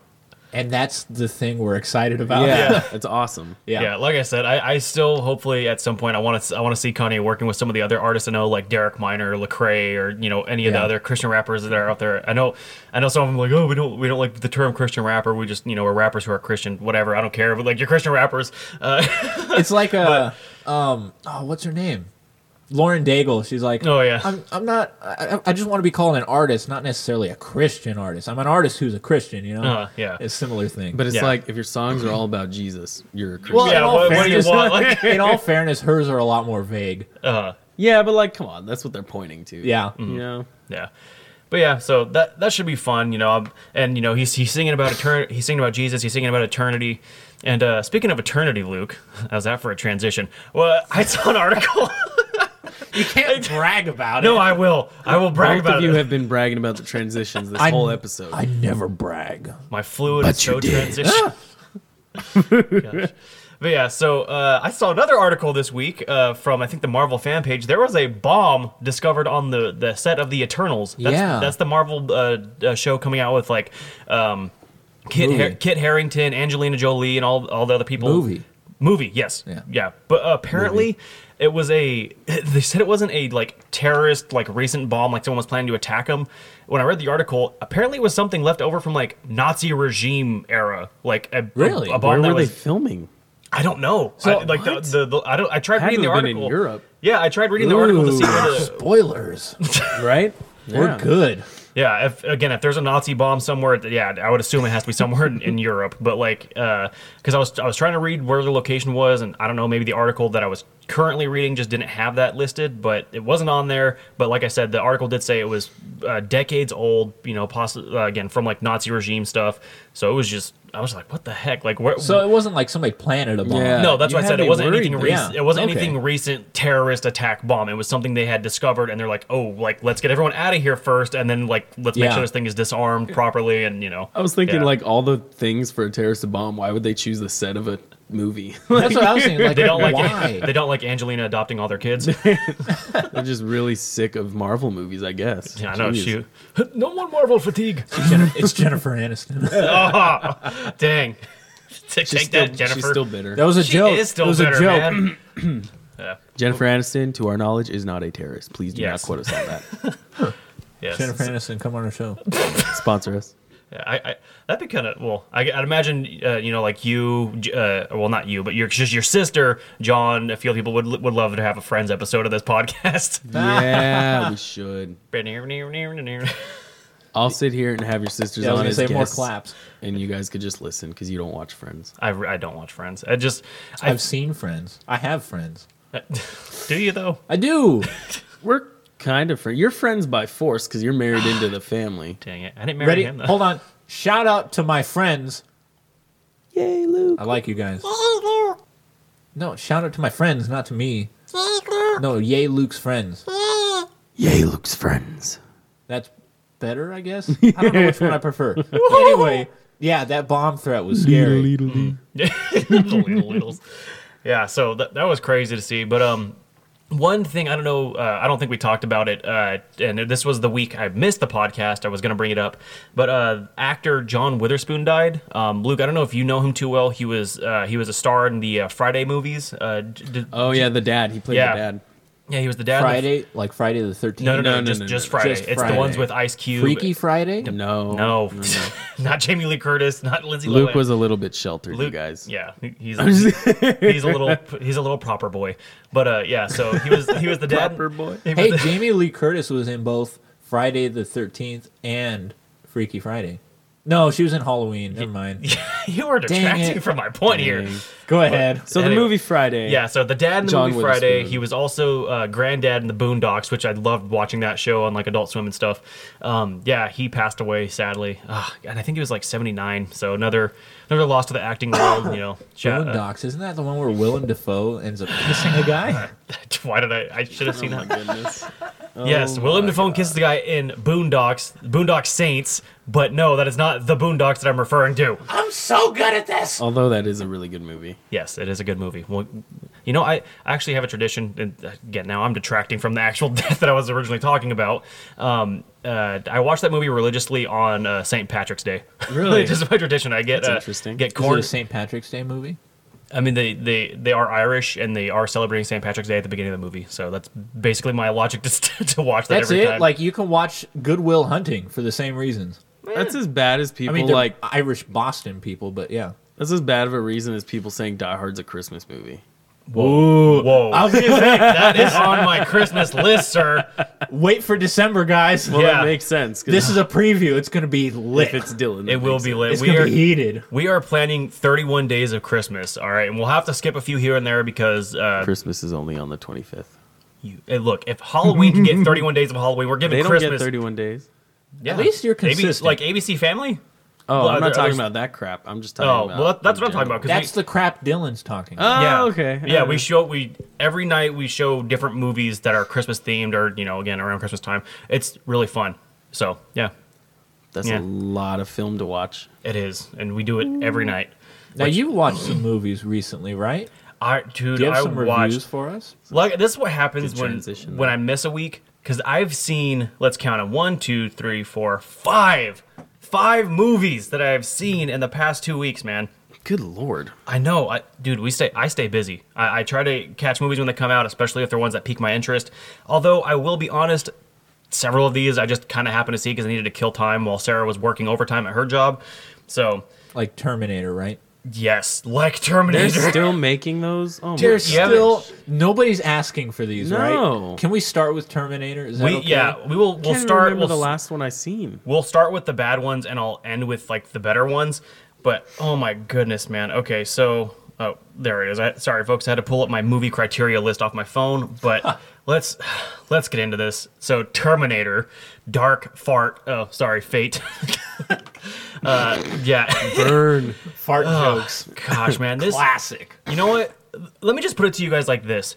and that's the thing we're excited about.
yeah, it's awesome.
Yeah. like I said, I, I still hopefully at some point I want to I want to see Kanye working with some of the other artists I know, like Derek Minor, Lecrae, or you know any of the
Yeah.
other Christian rappers that are out there. I know I know some of them like oh we don't we don't like the term Christian rapper. We just you know we're rappers who are Christian. Whatever, I don't care. But like you're Christian rappers. Uh,
it's like a um oh what's her name lauren daigle she's like
Oh, yeah.
i'm, I'm not I, I- I just want to be called an artist not necessarily a christian artist i'm an artist who's a christian you know
Uh, yeah.
it's a similar thing
Uh-huh, But it's
Yeah.
like if your songs are all about Jesus, you're a Christian.
Well, in
yeah,
all
what, what do you
fairness-
want? Like,
in all fairness hers are a lot more vague
uh,
yeah, but like, come on, that's what they're pointing to.
yeah
Mm.
you know,
Yeah. But yeah, so that that should be fun, you know. um, And you know, he's he's singing about eternity. He's singing about Jesus. He's singing about eternity. And uh, speaking of eternity, Luke, how's that for a transition? Well, I saw an article.
you can't brag about
no,
it
I will. I will brag
both
about
of you
it.
have been bragging about the transitions this
I-
whole episode.
i never brag
My fluid
But
is so
you did. Ah.
transition. Gosh. But yeah, so uh, I saw another article this week uh, from I think the Marvel fan page. There was a bomb discovered on the, the set of the Eternals. That's,
Yeah.
that's the Marvel uh, uh, show coming out with like um, Kit
Movie.
Har- Kit Harrington, Angelina Jolie, and all all the other people.
Movie.
Movie, yes,
Yeah.
yeah. But apparently, it was a. They said it wasn't a like terrorist, like recent bomb, like someone was planning to attack him. When I read the article, apparently it was something left over from like Nazi regime era, like a, a-
Really?
a,
Where
bomb
were
that
they
was.
filming?
I don't know.
So-
I, like the,
What?
the, the I don't. I tried
Had
reading
to
the
have been in
article
Europe.
Yeah, I tried reading the article to see where the,
spoilers
Right?
we're good
Yeah, if, again, if there's a Nazi bomb somewhere, th- yeah, I would assume it has to be somewhere in, in Europe. But like, because I was I was trying to read where the location was, and I don't know, maybe the article that I was currently reading just didn't have that listed, but it wasn't on there. But like I said, the article did say it was uh, decades old, you know, possi uh, again from like Nazi regime stuff. So it was just, I was like, what the heck? Like, where?
so it wasn't like somebody planted a bomb
Yeah.
no, that's
Uh, You
why
had
I said
me
it wasn't
worried
anything.
there.
Rec-
Yeah,
It wasn't
okay.
anything recent terrorist attack bomb. It was something they had discovered, and they're like, "Oh, like let's get everyone out of here first, and then like let's make
Yeah.
sure this thing is disarmed properly." And you know,
I was thinking
Yeah.
like all the things for a terrorist to bomb. Why would they choose the set of a movie?
that's what i was thinking like,
they don't like
why
they don't like Angelina adopting all their kids.
They're just really sick of Marvel movies, I guess.
yeah, I know.
Jeez.
Shoot, no more Marvel fatigue.
Jennifer- it's jennifer aniston
oh, dang. Take
She's still,
that, Jennifer.
She's still bitter.
That was a
She
joke.
is still
it was
bitter,
a joke.
man.
Jennifer Aniston, to our knowledge, is not a terrorist. Please do
Yes.
not quote us on that.
Yes.
Jennifer Aniston, come on our show.
Sponsor us.
Yeah, I, I that'd be kind of well. I, would imagine uh, you know like you, J- uh, well not you, but your just your sister, John. I feel people would would love to have a Friends episode of this podcast.
Yeah, we should.
yeah,
I'll sit here and have your sisters
Yeah, I was
on
gonna
as
say more
guests,
claps.
and you guys could just listen because you don't watch Friends.
I, re- I don't watch Friends. I just I
I've seen friends. I have friends.
do you though.
I do.
We're kind of friends. You're friends by force because you're married into the family.
Dang it, I didn't marry
Ready?
him though.
Hold on. Shout out to my friends.
Yay, Luke.
I like you guys. No, shout out to my friends, not to me. No, yay Luke's friends.
Yay, Luke's friends.
That's better, I guess. I don't know which one I prefer. anyway, yeah, that bomb threat was scary.
Mm.
The little littles. Yeah, so that that was crazy to see. But um, one thing I don't know, uh, I don't think we talked about it. Uh, and this was the week I missed the podcast. I was gonna bring it up, but uh, actor John Witherspoon died. Um, Luke, I don't know if you know him too well. He was uh, he was a star in the uh, Friday movies. Uh, d- d-
Oh yeah, the dad. He played
Yeah.
the dad.
yeah, he was the dad. in the-
Friday, like Friday the 13th.
No, no, no,
No, no,
just
no, no,
just
no.
Friday.
Just
it's the
Friday.
ones with Ice Cube.
Freaky Friday?
No,
No, not Jamie Lee Curtis, not Lindsay.
Luke
Lohan.
was a little bit sheltered, you guys.
Yeah, he- he's he's a little he's a little proper boy. But uh, yeah, so he was he was the dad.
Proper boy.
he was
Hey,
the-
Jamie Lee Curtis was in both Friday the 13th and Freaky Friday. No, she was in Halloween. Never mind.
you are
Dang
detracting
it.
from my point here.
Dang.
Go ahead.
So
Anyway.
the movie Friday.
Yeah, so the dad in the
John
movie Friday,
Witherspoon.
he was also uh, granddad in the Boondocks, which I loved watching that show on like Adult Swim and stuff. Um, yeah, he passed away sadly, Ah, and I think he was like seventy nine. So another another loss to the acting world. You know, Shout- uh,
Boondocks. Isn't that the one where Willem Dafoe ends up kissing a guy?
why did I? I should have seen
Oh
that.
my goodness.
Yes,
Oh
Willem
my
Dafoe kisses the guy in Boondocks, Boondock Saints, but no, that is not the Boondocks that I'm referring to.
I'm so good at this.
Although that is a really good movie.
Yes, it is a good movie. Well, You know, I actually have a tradition, and uh, again, now I'm detracting from the actual death that I was originally talking about. Um, uh, I watch that movie religiously on uh, St. Patrick's Day.
Really?
just my tradition. I get
That's
uh,
interesting.
Get
Is it
corn.
a St. Patrick's Day movie?
I mean, they, they they are Irish and they are celebrating St. Patrick's Day at the beginning of the movie. So that's basically my logic to, st- to watch that
That's
every
it.
time.
Like you can watch Goodwill Hunting for the same reasons.
That's as bad as people
I mean, they're
like.
like Irish Boston people, but yeah.
That's as bad of a reason as people saying Die Hard's a Christmas movie.
whoa, whoa,
I was gonna say,
that is on my Christmas list, sir.
wait for December, guys.
Well,
Yeah.
that makes sense. 'cause
This is a preview. It's gonna be lit.
if it's Dylan. that
It will
makes
be
sense.
lit.
It's
we
gonna
are
be heated.
we are planning 31 days of Christmas. All right, and we'll have to skip a few here and there because uh,
Christmas is only on the 25th.
you, hey, look, if Halloween can get 31 days of Halloween, we're giving
They don't
Christmas.
get 31 days.
Yeah.
At least you're
AB
consistent.
like ABC Family.
Oh,
Well,
I'm not
there-
talking
there's-
about that crap. I'm just talking
Oh,
about.
well, that- that's
in
what I'm talking about.
general.
'cause
That's
we-
the crap Dylan's talking. about.
Oh,
yeah.
okay.
Yeah,
All
we
right.
show we every night we show different movies that are Christmas themed or you know again around Christmas time. It's really fun. So yeah,
That's a
yeah.
lot of film to watch.
it is, and we do it every night.
now you watched some movies recently, right?
I dude,
Do you have
I
some
watched.
reviews for us?
Like this is what happens
Good
when
transition,
when
though.
I miss a week because I've seen let's count them one two three four five five movies that I've seen in the past two weeks, man.
Good lord.
I know, I, dude. We stay. I stay busy. I, I try to catch movies when they come out, especially if they're ones that pique my interest. Although I will be honest, several of these I just kind of happened to see because I needed to kill time while Sarah was working overtime at her job. So
Like Terminator, right?
yes, like
They're
Terminator.
still making those. Oh my
There's
God.
still nobody's asking for these,
No.
right? Can we start with Terminator? Is that
we,
okay?
Yeah, we will.
I
We'll
can't
start.
remember
We'll,
the
s-
last one I seen.
we'll start with the bad ones, and I'll end with like the better ones. But oh my goodness, man. Okay, so oh, there it is. I, sorry, folks, I had to pull up my movie criteria list off my phone. But let's let's get into this. So Terminator, Dark Fart. Oh, sorry, Fate. uh, yeah.
Burn.
Fart jokes.
Gosh, man, this
Classic.
you know what? Let me just put it to you guys like this.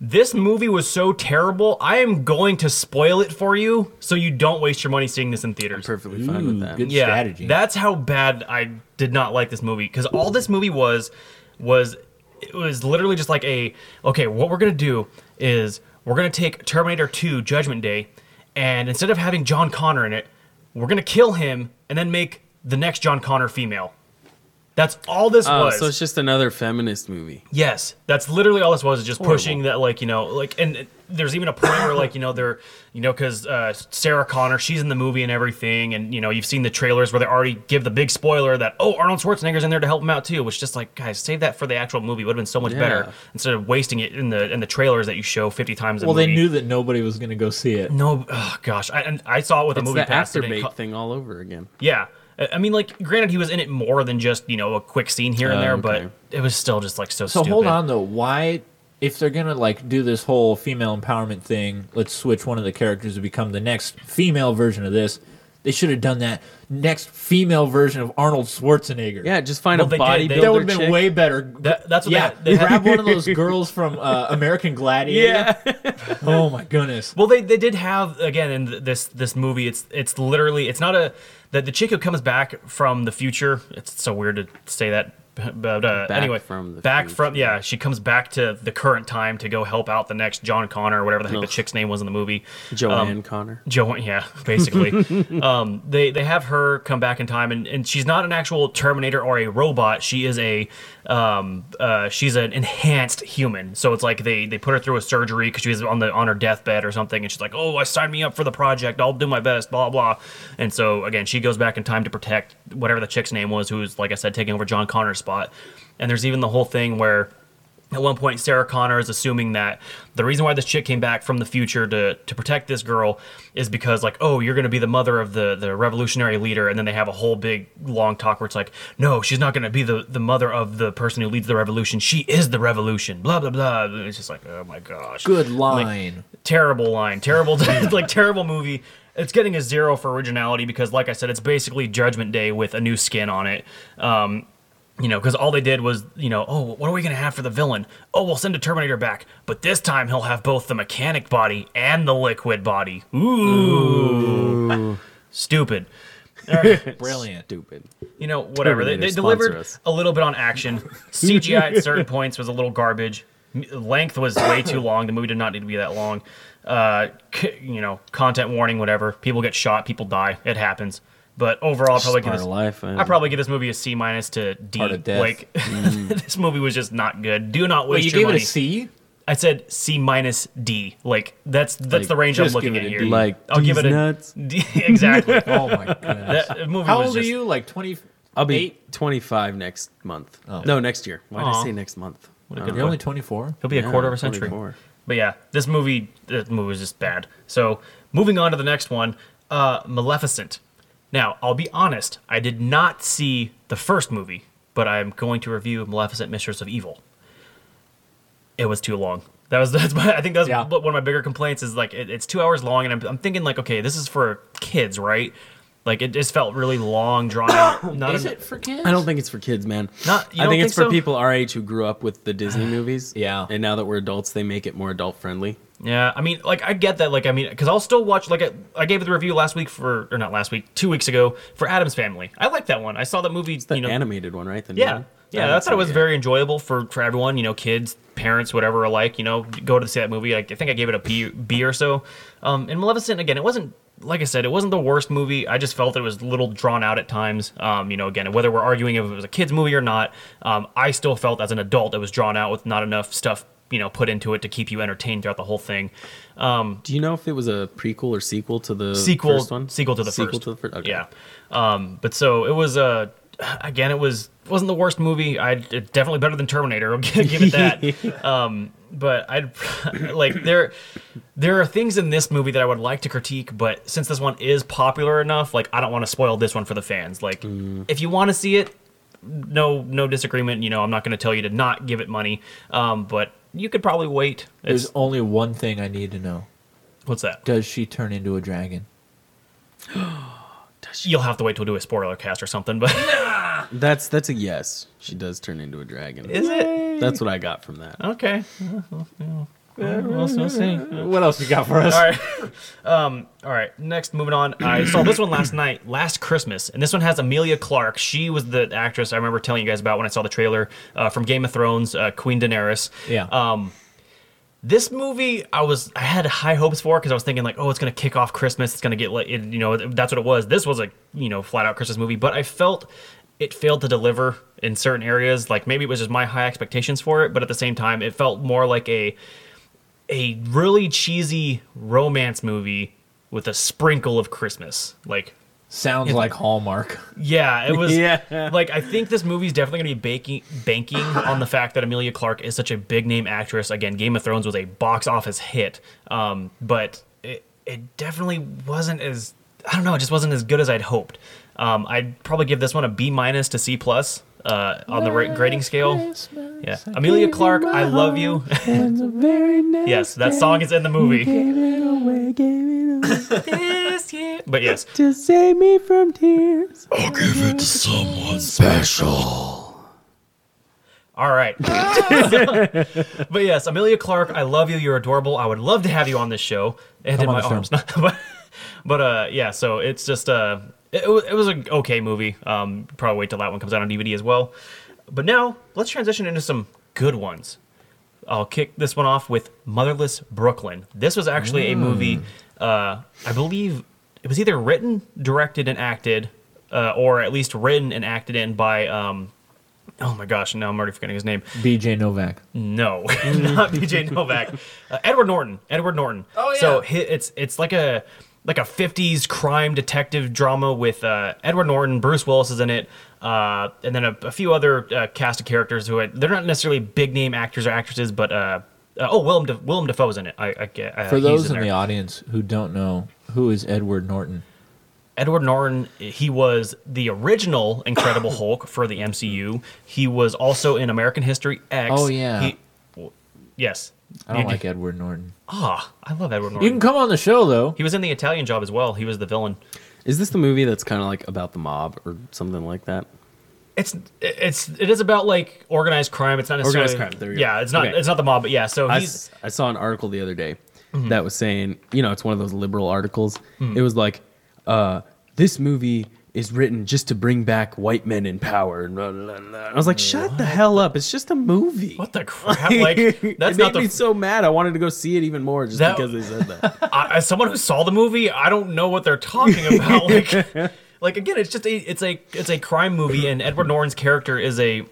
This movie was so terrible. I am going to spoil it for you so you don't waste your money seeing this in theaters.
Perfectly fine with
Ooh,
that.
good
yeah,
strategy.
That's how bad I did not like this movie because all this movie was was it was literally just like a okay, what we're gonna do is we're gonna take Terminator 2 Judgment Day, and instead of having John Connor in it, we're gonna kill him and then make the next John Connor female. That's all this
Oh,
was.
so it's just another feminist movie.
Yes, that's literally all this was is just pushing that, like you know, like and it- there's even a point where like you know they're you know because uh, Sarah Connor she's in the movie and everything, and you know you've seen the trailers where they already give the big spoiler that oh Arnold Schwarzenegger's in there to help him out too, which just like guys save that for the actual movie would have been so much
Yeah.
better instead of wasting it in the in the trailers that you show 50 times. A
well,
movie.
they knew that nobody was going to go see it.
No, oh, gosh, I and I saw it with a
It's
movie
the
pass. that didn't
afterbait
co-
thing all over again.
yeah. I I mean, like, granted, he was in it more than just you know a quick scene here and
Oh,
there,
okay.
but it was still just like so.
So
stupid.
hold on though. Why, if they're gonna like do this whole female empowerment thing, let's switch one of the characters to become the next female version of this. They should have done that next female version of Arnold Schwarzenegger.
Yeah, just find
Well,
a
they
bodybuilder.
did. They-
that would have been
chick.
way better.
That- that's what
yeah.
they- they had-
grab one of those girls from uh, American Gladiator.
Yeah.
Oh my goodness.
Well, they, they did have again in th- this this movie. It's it's literally it's not a that the chick who comes back from the future. It's so weird to say that, but uh,
Back
anyway,
from the
back from
future.
yeah, she comes back to the current time to go help out the next John Connor or whatever the heck the
Ugh.
chick's name was in the movie.
Joanne
Um,
Connor.
Joan, yeah, basically. um, they they have her come back in time, and, and she's not an actual Terminator or a robot. She is a um, uh, she's an enhanced human. So it's like they they put her through a surgery because she was on the on her deathbed or something, and she's like, "Oh, I signed me up for the project. I'll do my best." Blah blah. And so again, she goes back in time to protect whatever the chick's name was, who was like I said, taking over John Connor's spot. And there's even the whole thing where at one point sarah connor is assuming that the reason why this chick came back from the future to, to protect this girl is because like oh you're going to be the mother of the, the revolutionary leader and then they have a whole big long talk where it's like no she's not going to be the, the mother of the person who leads the revolution she is the revolution blah blah blah And it's just like oh my gosh
Good line.
terrible line terrible like terrible movie it's getting a zero for originality because like i said it's basically judgment day with a new skin on it um you know because all they did was you know oh what are we gonna have for the villain oh we'll send a terminator back but this time he'll have both the mechanic body and the liquid body ooh, stupid
Brilliant.
Stupid.
you know, whatever. They,
Terminator,
they
sponsor
delivered
us.
a little bit on action. CGI at certain points was a little garbage. M- Length was way too long. The movie did not need to be that long. Uh, c- you know, content warning, whatever. People get shot, people die. It happens. But overall, I'll probably give
part
this,
of life, man.
I probably give this movie a C minus to D.
Part of death.
Like this movie was just not good. Do not waste
Wait, you
your
gave
money.
it a C?
I said C minus D. Like that's that's
Like,
the range I'm
just
looking
give
at
it a
here.
D.
Like,
I'll give it
these
a
nuts.
D. Exactly.
Oh my goodness.
that movie
How
was
old
just-
are you? Like 20?
I'll be
Eight?
25 next month.
Oh.
No, next year. Why did
Aw.
I say next month?
What a
I
good
don't
You're
know.
only 24?
He'll be a
Yeah,
quarter of a century.
24.
But yeah, this movie, uh, the movie was just bad. So moving on to the next one, uh, Maleficent. Now, I'll be honest, I did not see the first movie, but I'm going to review Maleficent: Mistress of Evil. It was too long. That was that's my, I think that's
Yeah.
what one of my bigger complaints is like it, it's two hours long, and I'm, I'm thinking like, okay, this is for kids, right? Like it just felt really long, drawn out. Not
Is
en-
it for kids?
I don't think it's for kids, man.
Not- you
I
don't
think it's
think
for
so?
people our age who grew up with the Disney movies.
Yeah.
And now that we're adults, they make it more adult friendly.
Yeah, I mean, like I get that. Like I mean, because I'll still watch. Like I, I gave it the review last week for, or not last week, two weeks ago for Adam's Family. I like that one. I saw that movie.
The
you know,
animated one, right? The new
yeah,
one?
yeah.
I
That's
haven't
how it was
seen
very enjoyable for for everyone. You know, kids, parents, whatever alike. You know, go to see that movie. Like I think I gave it a B, B or so. Um, and Maleficent again, it wasn't. Like I said, it wasn't the worst movie. I just felt it was a little drawn out at times. Um, you know, again, whether we're arguing if it was a kids movie or not, um, I still felt as an adult it was drawn out with not enough stuff, you know, put into it to keep you entertained throughout the whole thing. Um,
Do you know if it was a prequel or sequel to the
sequel
first one?
sequel to the
sequel
first
to the first. Okay.
yeah um but so it was uh again it was wasn't the worst movie i it's definitely better than terminator i'll give give it that um but i'd like there there are things in this movie that i would like to critique but since this one is popular enough like i don't want to spoil this one for the fans like
Mm.
if you want to see it no no disagreement you know i'm not going to tell you to not give it money um but you could probably wait
There's
it's,
only one thing I need to know.
what's that
Does she turn into a dragon?
you'll have to wait till we do a spoiler cast or something but
That's that's a yes. She does turn into a dragon.
is it
that's what I got from that.
Okay. We'll, we'll see.
What else you got for us?
All right. Um, all right. Next, moving on. I saw this one last night, last Christmas, and this one has Amelia Clark. She was the actress I remember telling you guys about when I saw the trailer uh, from Game of Thrones, uh, Queen Daenerys.
Yeah.
Um, this movie, I was I had high hopes for because I was thinking like, oh, it's gonna kick off Christmas. It's gonna get like, it, you know, that's what it was. This was a you know flat out Christmas movie, but I felt it failed to deliver in certain areas. Like maybe it was just my high expectations for it, but at the same time, it felt more like a a really cheesy romance movie with a sprinkle of Christmas. Like,
Sounds like Hallmark.
yeah, it was.
Yeah.
Like, I think this movie's definitely going to be baking, banking on the fact that Amelia Clark is such a big name actress. Again, Game of Thrones was a box office hit, um, but it, it definitely wasn't as I don't know. It just wasn't as good as I'd hoped. Um, I'd probably give this one a B minus to C plus uh, on the ra- grading scale. Yeah, Amelia Clark, I love you. yes, that song is in the movie. This year- But yes,
To save me from tears.
All right. but yes, Amelia Clark, I love you. You're adorable. I would love to have you on this show and in
on
my
the show.
arms. but, but uh, yeah, so it's just uh, it, wa- it was an okay movie. Um, probably wait till that one comes out on DVD as well. But now let's transition into some good ones. I'll kick this one off with Motherless Brooklyn. This was actually a movie,
Mm.
uh, I believe it was either written, directed, and acted, uh, or at least written and acted in by, um, oh my gosh, now I'm already forgetting his name.
BJ Novak.
No, not BJ Novak. Uh, Edward Norton. Edward Norton.
Oh, yeah.
So hi- it's it's like a like a 50s crime detective drama with uh, Edward Norton, Bruce Willis is in it, uh, and then a, a few other uh, cast of characters who I, they're not necessarily big name actors or actresses, but uh, uh, oh, Willem De, Willem Dafoe's in it. I, I, get- uh,
For
he's
those in
there.
the audience who don't know, who is Edward Norton?
Edward Norton, he was the original Incredible Hulk for the MCU. He was also in American History X.
Oh, yeah.
He, w- yes.
I don't
You-
like Edward Norton.
Ah, I love Edward Norton.
You can come on the show though.
He was in the Italian job as well. He was the villain.
Is this the movie that's kind of like about the mob or something like that?
It's it's it is about like organized crime. It's not necessarily
Organized crime, there you go.
yeah. It's not
Okay.
it's not the mob, but yeah. So
I,
he's Mm-hmm.
s- I saw an article the other day that was saying, you know, it's one of those liberal articles. It was like, uh, this movie is written just to bring back white men in power. And blah, blah, blah. I was like, shut the hell up. It's just a movie.
What the crap? Like that's
it made
not the
me so mad. I wanted to go see it even more just
That-
because they said that.
I, as someone who saw the movie, I don't know what they're talking about. Like, like again, it's just a it's a it's a crime movie, and Edward Norton's character is a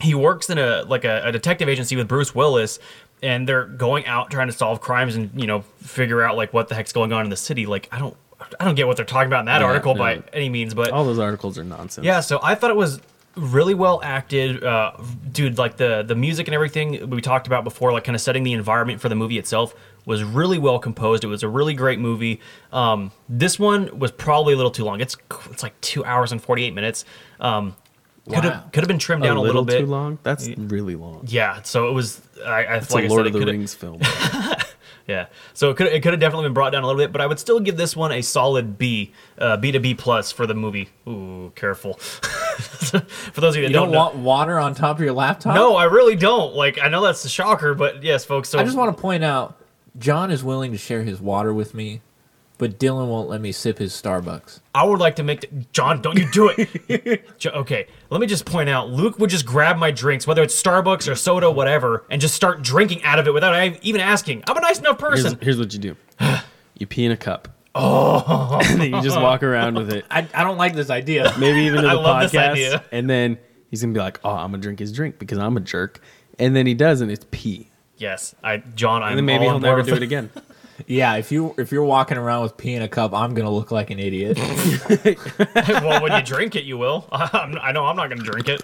he works in a like a, a detective agency with Bruce Willis, and they're going out trying to solve crimes and you know figure out like what the heck's going on in the city. Like, I don't I don't get what they're talking about in that
Yeah,
article
yeah. Oh,
by any means, but
All those articles are nonsense.
yeah, so I thought it was really well acted, uh, dude. Like the the music and everything we talked about before, like kind of setting the environment for the movie itself was really well composed. It was a really great movie. Um, this one was probably a little too long. It's it's like two hours and forty eight minutes. Um, Could
Wow.
have could have been trimmed
a
down
little,
a little, bit.
too long. That's really long.
Yeah, so it was. I, I
It's
like
a
I
Lord of
said, it
the
coulda-
Rings film.
yeah. So it could it could have definitely been brought down a little bit, but I would still give this one a solid B, uh, B to B plus for the movie. Ooh, careful. for those of you that
You don't,
know,
want water on top of your laptop?
no, I really don't. Like I know that's a shocker, but yes, folks. So
I just want to point out John is willing to share his water with me, but Dylan won't let me sip his Starbucks.
I would like to make the, John. Don't you do it? Jo- okay, let me just point out. Luke would just grab my drinks, whether it's Starbucks or soda, whatever, and just start drinking out of it without I- even asking. I'm a nice enough
Here's,
person.
here's what you do you pee in a cup. Oh. and then you just walk around with it.
I, I don't like this idea.
maybe even to
I
the
love this
podcast.
idea.
And then he's gonna be like, "Oh, I'm gonna drink his drink because I'm a jerk." And then he does, and it's pee.
Yes, I, John. I'm
And then maybe
all
he'll
on
never
board
do
with
it again.
yeah, if you if you're walking around with pee in a cup, I'm gonna look like an idiot.
well, when you drink it, you will. I'm, I know I'm not going to drink it.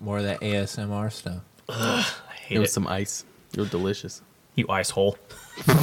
More of that ASMR stuff.
I
It
hate it.
was some ice. It was delicious.
You ice hole. All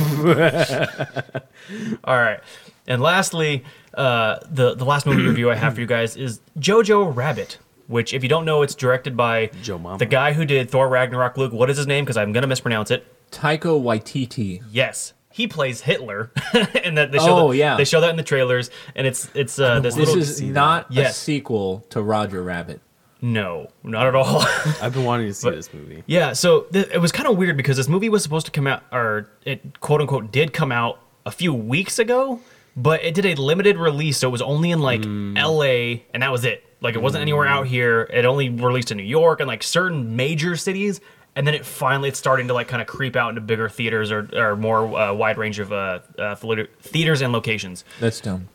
right. And lastly, uh, the, the last movie review I have for you guys is Jojo Rabbit, which, if you don't know, it's directed by
Joe Mama.
the guy who did Thor Ragnarok Luke. What is his name? Because I'm going to mispronounce it.
Taiko Waititi.
Yes. He plays Hitler, and that they show
Oh,
that,
yeah.
they show that in the trailers, and it's it's uh, this
This
little
is not a
Yes.
sequel to Roger Rabbit.
no, not at all.
I've been wanting to see this movie.
Yeah, so th- it was kind of weird because this movie was supposed to come out, or it quote unquote did come out a few weeks ago, but it did a limited release, so it was only in like L.A. and that was it. Like it wasn't anywhere out here. It only released in New York and like certain major cities, and then it finally it's starting to like kind of creep out into bigger theaters or, or more uh, wide range of uh, uh, theater- theaters and locations.
That's dumb.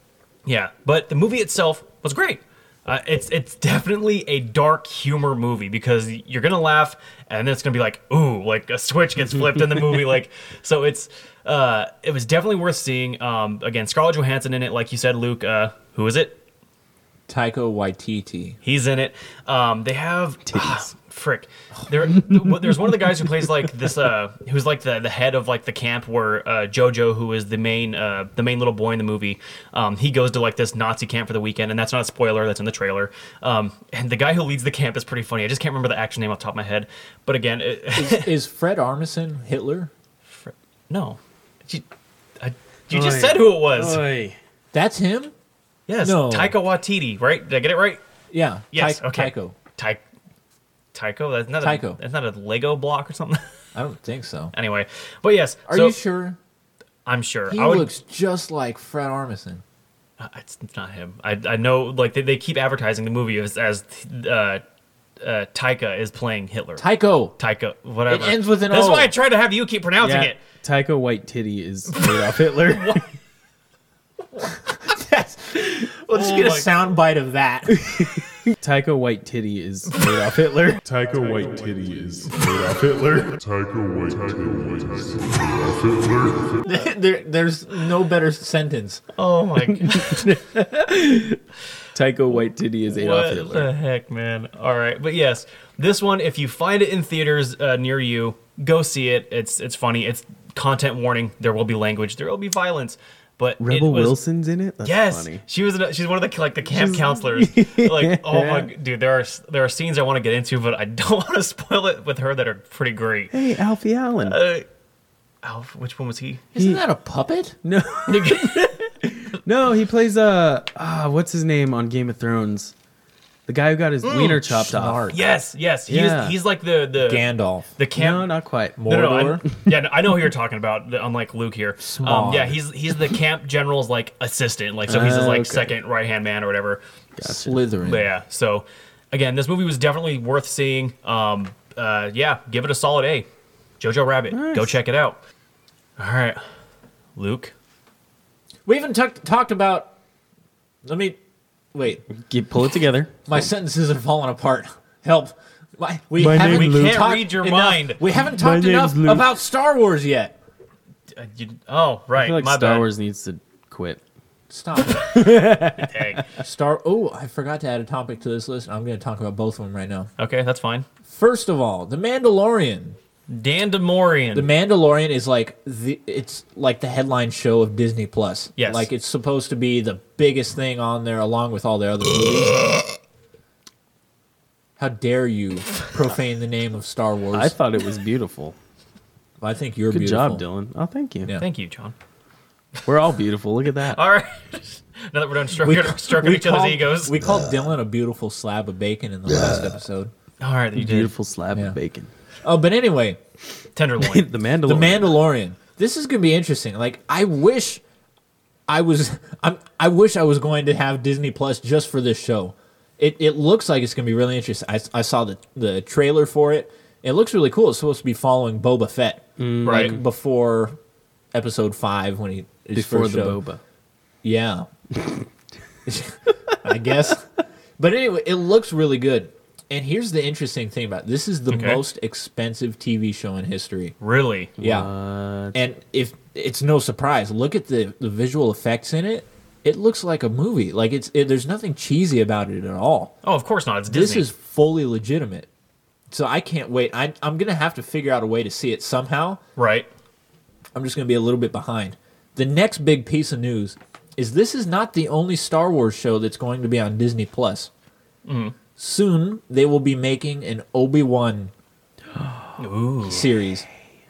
Yeah, but the movie itself was great. Uh, it's it's definitely a dark humor movie because you're gonna laugh and then it's gonna be like ooh like a switch gets flipped in the movie like so it's uh it was definitely worth seeing um again Scarlett Johansson in it like you said Luke uh who is it
Taiko Waititi.
He's in it. Um, they have frick. There, there's one of the guys who plays like this. Uh, who's like the, the head of like the camp where uh, Jojo, who is the main uh, the main little boy in the movie, um, he goes to like this Nazi camp for the weekend, and that's not a spoiler. That's in the trailer. Um, and the guy who leads the camp is pretty funny. I just can't remember the action name off the top of my head. But again, it,
Is, is Fred Armisen Hitler?
no, you, I, you just said who it was.
That's him?
yes,
no.
Taika Waititi. Right? Did I get it right?
Yeah.
Yes.
Tai-
okay.
Taiko.
Ty- Tycho? That's not
Tycho.
a that's not a Lego block or something.
I don't think so.
anyway, but yes.
Are
so
you sure?
I'm sure.
He
I would,
looks just like Fred Armisen.
Uh, It's not him. I, I know. Like they, they keep advertising the movie as as uh, uh, Taika is playing Hitler.
Taiko.
Tycho, whatever.
It ends with an
That's
O.
why I tried to have you keep pronouncing
Yeah,
it.
Taika White Titty is Adolf Hitler.
We'll just get a
my-
sound bite of that.
Taika White Titty is Adolf Hitler.
Taika White Titty is Adolf Hitler. Taika White Titty is Adolf Hitler.
there, there's no better sentence.
Oh my god!
Taika White Titty is Adolf
what
Hitler.
the heck, man? All right, but yes, this one. If you find it in theaters uh, near you, go see it. It's it's funny. It's content warning. There will be language. There will be violence. But it
Rebel
was-
Wilson's in it. That's
Yes,
funny.
she was. She's one of the like the camp counselors. Like, oh my dude, there are there are scenes I want to get into, but I don't want to spoil it with her that are pretty great.
Hey, Alfie Allen.
Uh, Alf, which one was he?
Isn't that a puppet?
no, no, he plays uh, ah, what's his name on Game of Thrones? The The guy who got his wiener chopped off.
Snark.
Yes, yes. He's
Yeah.
he's like the the
Gandalf.
the
No,
camp.
not quite.
No, no, no,
Mordor?
I, yeah, no, I know who you're talking about. the- Unlike Luke here, um,
Smog.
yeah, he's he's the camp general's like assistant, like so he's his
Ah,
like
okay.
second right hand man or whatever.
Slytherin.
But yeah, so again, this movie was definitely worth seeing. Um, uh, yeah, give it a solid A. Jojo Rabbit, go
Nice.
check it out. All right, Luke.
We even tuck- talked about. Let me. Wait,
Get, pull it together.
Oh.
my sentences are falling apart. Help. My, we
My
haven't
name is
Luke.
talked
Can't read your
enough-
mind.
We haven't talked
name's
enough
Luke.
about Star Wars yet.
Uh, you, oh, right,
I feel like
my
Star
bad.
Wars needs to quit.
Stop.
Dang.
Star. Oh, I forgot to add a topic to this list. I'm going to talk about both of them right now.
Okay, that's fine.
First of all, The Mandalorian.
Dan Demorian.
The Mandalorian is like the it's like the headline show of Disney Plus.
Yes.
Like it's supposed to be the biggest thing on there along with all the other movies. How dare you profane the name of Star Wars?
I thought it was beautiful.
I think you're
Good
beautiful.
job, Dylan. Oh, thank you.
Yeah.
Thank you, John.
We're all beautiful. Look at that.
All right. now that we're done stroking, stroking each
called-
other's egos.
We called Dylan a beautiful slab of bacon in the last episode.
All right, you did.
beautiful slab
Yeah.
of bacon.
Oh, but anyway,
the
Tenderloin.
Mandalorian.
The Mandalorian. This is gonna be interesting. Like I wish I was I'm I wish I was going to have Disney Plus just for this show. It it looks like it's gonna be really interesting. I, I saw the the trailer for it. It looks really cool. It's supposed to be following Boba Fett
Mm.
right.
before episode five when he his
before
first
the
show.
boba.
Yeah. I guess. But anyway, it looks really good. And here's the interesting thing about it. this is the
Okay.
most expensive TV show in history.
Really?
Yeah.
What?
And if it's no surprise, look at the, the visual effects in it. It looks like a movie. Like it's it, there's nothing cheesy about it at all.
Oh, of course not. It's
This
Disney.
is fully legitimate. So I can't wait. I, I'm gonna have to figure out a way to see it somehow.
right.
I'm just gonna be a little bit behind. The next big piece of news is this is not the only Star Wars show that's going to be on Disney Plus. Soon they will be making an Obi Wan
Ooh.
series.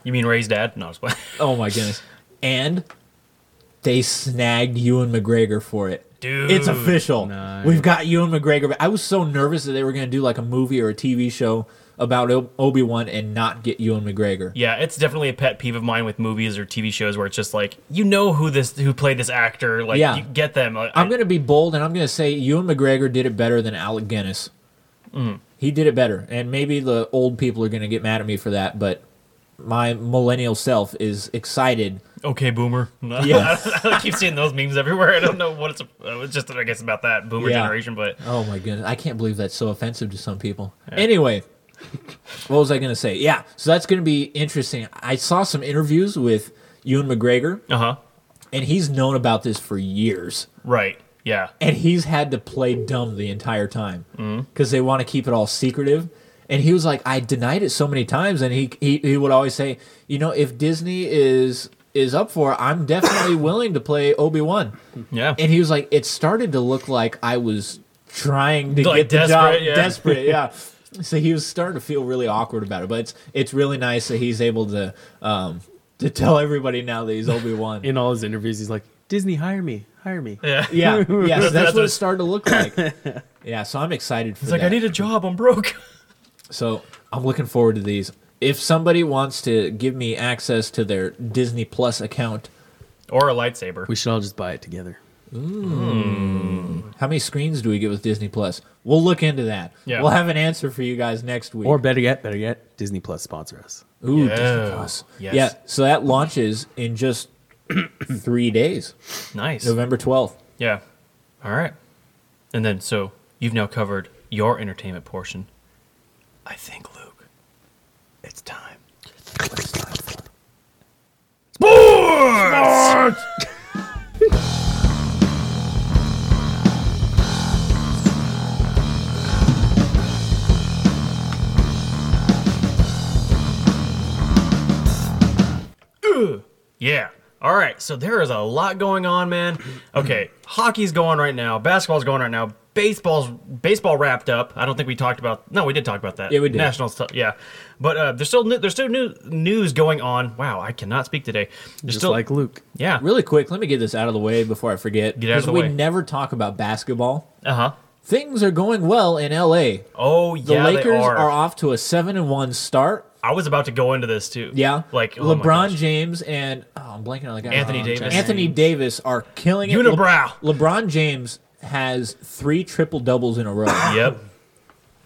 You mean Ray's dad? No, I was playing.
Oh my goodness. And they snagged Ewan McGregor for it.
Dude.
It's official.
Nice.
We've got Ewan McGregor. back. I was so nervous that they were going to do like a movie or a TV show about Obi Wan and not get Ewan McGregor.
Yeah, it's definitely a pet peeve of mine with movies or TV shows where it's just like you know who this who played this actor. Like,
Yeah.
you get them. Uh, I,
I'm going to be bold and I'm going to say Ewan McGregor did it better than Alec Guinness. He did it better. And maybe the old people are going to get mad at me for that, but my millennial self is excited.
okay, boomer.
Yeah.
I keep seeing those memes everywhere. I don't know what it's. uh, It's just I guess about that boomer
Yeah.
generation, but
Oh my goodness, I can't believe that's so offensive to some people. Anyway, what was I going to say? Yeah, so that's going to be interesting. I saw some interviews with Ewan McGregor,
uh huh.
and he's known about this for years,
Right. Yeah.
and he's had to play dumb the entire time because they want to keep it all secretive. And he was like, I denied it so many times, and he he, he would always say, you know, if Disney is is up for, it, I'm definitely willing to play Obi Wan.
Yeah.
And he was like, it started to look like I was trying to
Like
get the job
desperate, yeah.
desperate, yeah. So he was starting to feel really awkward about it, but it's it's really nice that he's able to um, to tell everybody now that he's Obi Wan.
In all his interviews, he's like, "Disney, hire me, hire me."
yeah.
yeah, yeah. So that's,
That's
what
what-
it started to look like. Yeah, so I'm excited for
It's like
that.
I need a job. I'm broke.
so I'm looking forward to these. If somebody wants to give me access to their Disney Plus account,
or a lightsaber.
We should all just buy it together.
how many screens do we get with Disney Plus? We'll look into that.
Yeah.
We'll have an answer for you guys next week.
Or better yet, better yet, Disney Plus sponsor us.
Ooh,
Yeah.
Disney Plus.
Yes.
Yeah, so that launches in just three days,
Nice.
November 12th.
Yeah. All right. And then, so you've now covered your entertainment portion. I think, Luke, it's time. Yeah. All right. So there is a lot going on, man. Okay, hockey's going right now. Basketball's going right now. Baseball's baseball wrapped up. I don't think we talked about. No, we did talk about that.
Yeah, we did.
National stuff. Yeah, but uh, there's still new, there's still new news going on. Wow, I cannot speak today. There's
Just
still
like Luke.
yeah.
Really quick, let me get this out of the way before I forget.
Get out of
because
the
we
way.
never talk about basketball.
Uh huh.
Things are going well in LA.
Oh yeah,
The Lakers
they
are.
are.
off to a seven and one start.
I was about to go into this too.
Yeah,
like oh my
LeBron
gosh.
James and oh, I'm blanking on the guy.
Anthony
Oh, I'm
Davis.
trying- Anthony Davis are killing it. Le-
Unibrow.
LeBron James has three triple doubles in a row,
Yep.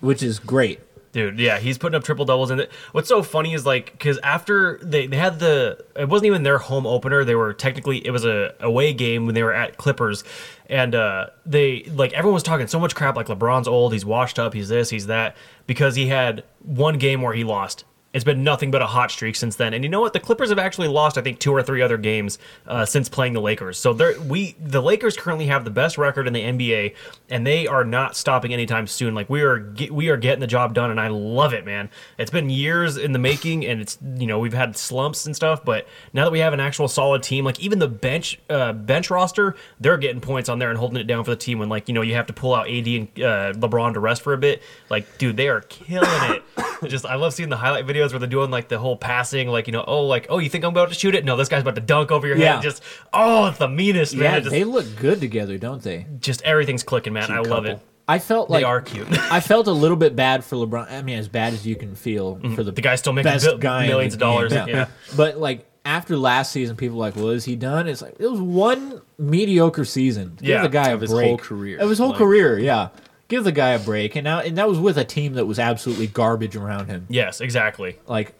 which is great.
Dude, yeah, he's putting up triple doubles. And it- what's so funny is like, because after they, they had the, it wasn't even their home opener. They were technically, it was a away game when they were at Clippers. And uh, they, like, everyone was talking so much crap. Like, LeBron's old, he's washed up, he's this, he's that, because he had one game where he lost. It's been nothing but a hot streak since then. And you know what? The Clippers have actually lost, I think, two or three other games uh, since playing the Lakers. So they're we the Lakers currently have the best record in the NBA, and they are not stopping anytime soon. Like we are ge- we are getting the job done, and I love it, man. It's been years in the making, and it's you know we've had slumps and stuff, but now that we have an actual solid team, like even the bench uh, bench roster, they're getting points on there and holding it down for the team. When like you know you have to pull out AD and uh, LeBron to rest for a bit, like dude, they are killing it. Just I love seeing the highlight videos where they're doing like the whole passing, like you know, oh like oh you think I'm about to shoot it? No, this guy's about to dunk over your
Yeah.
head. Just oh, it's the meanest man.
Yeah,
just,
they look good together, don't they?
just everything's clicking, man. I love it.
couple.
I felt
They
like
are cute.
I felt a little bit bad for LeBron. I mean, as bad as you can feel for the,
Mm-hmm. The guy's still making
best
bil-
guy in
millions
the
of dollars.
game.
Yeah.
but like after last season, people were like, "Well, is he done?" It's like it was one mediocre season. Give
Yeah,
the guy a
of his
break.
whole career.
Of his whole
Like-
career, yeah. Give the guy a break, and now and that was with a team that was absolutely garbage around him.
yes, exactly.
Like,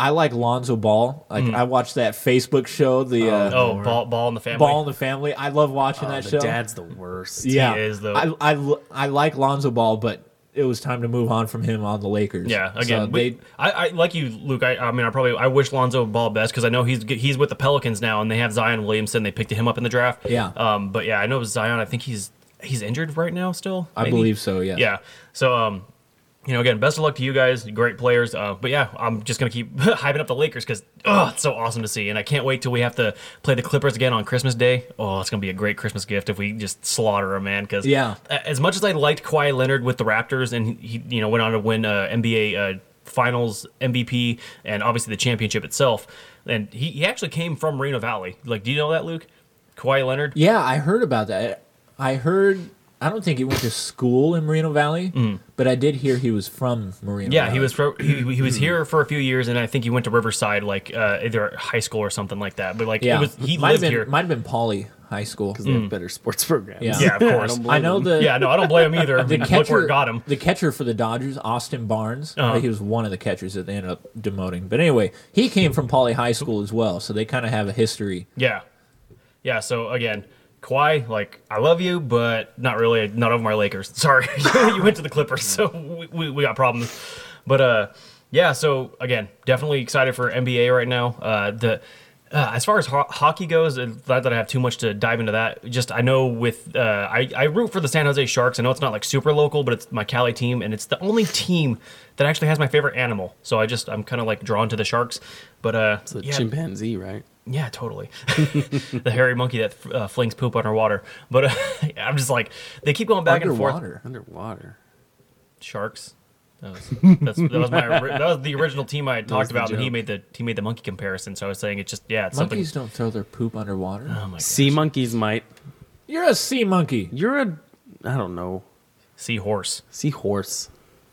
I like Lonzo Ball. Like
Mm.
I watched that Facebook show, the uh,
Oh, ball, ball in the family.
Ball in the Family. I love watching
Oh,
that
the
show.
dad's the worst.
yeah,
is, though.
I, I l- I like Lonzo Ball, but it was time to move on from him on the Lakers.
Yeah,
So
again, we-
they-
I, I like you, Luke. I, I mean, I probably I wish Lonzo Ball best because I know he's he's with the Pelicans now, and they have Zion Williamson. They picked him up in the draft.
Yeah.
Um, but yeah, I know Zion. I think he's he's injured right now still.
I
maybe?
believe so. Yeah.
Yeah. So um, you know, again, best of luck to you guys. Great players. Uh, but yeah, I'm just gonna keep hyping up the Lakers because oh, it's so awesome to see, and I can't wait till we have to play the Clippers again on Christmas Day. Oh, it's gonna be a great Christmas gift if we just slaughter them, man. Because
Yeah.
as much as I liked Kawhi Leonard with the Raptors, and he you know went on to win uh, NBA. Uh, Finals MVP and obviously the championship itself, and he, he actually came from Reno Valley. Like, do you know that, Luke? Kawhi Leonard.
Yeah, I heard about that. I heard. I don't think he went to school in Moreno Valley, but I did hear he was from Moreno.
Mm. Yeah,
Valley.
he was pro- he, he was here for a few years, and I think he went to Riverside, like uh, either high school or something like that. But like,
Yeah,
it was he
might
lived
have been,
here.
Might have been Poly High School.
Because they have better sports programs.
Mm. Yeah.
Yeah, of
I
course.
don't blame
I know
them.
the
yeah, no, I don't blame him either.
uh, the
Look where
catcher
it got him. Uh-huh.
The catcher for the Dodgers, Austin Barnes. I think He was one of the catchers that they ended up demoting. But anyway, he came from Poly High School as well, so they kind of have a history.
Yeah, yeah. So again, Kawhi, like I love you, but not really. Not over my Lakers. Sorry, you went to the Clippers, so we, we, we got problems. But uh, yeah. So again, definitely excited for NBA right now. Uh, the uh, as far as ho- hockey goes, uh, not that I have too much to dive into that. Just I know with uh, I I root for the San Jose Sharks. I know it's not like super local, but it's my Cali team, and it's the only team that actually has my favorite animal. So I just I'm kind of like drawn to the Sharks. But uh,
It's a
yeah,
chimpanzee, right?
yeah, totally. the hairy monkey that uh, flings poop underwater. But uh, I'm just like, they keep going back and forth.
Underwater.
Underwater.
Sharks. That was, that's, that was my ori- that was the original team I had talked
was the
about, and he
joke.
made the he made the monkey comparison. So I was saying it's just yeah, it's
Monkeys
something.
don't throw their poop underwater.
Oh my sea,
Sea monkeys might.
Um, You're a sea monkey.
You're a, I don't know,
sea horse.
seahorse.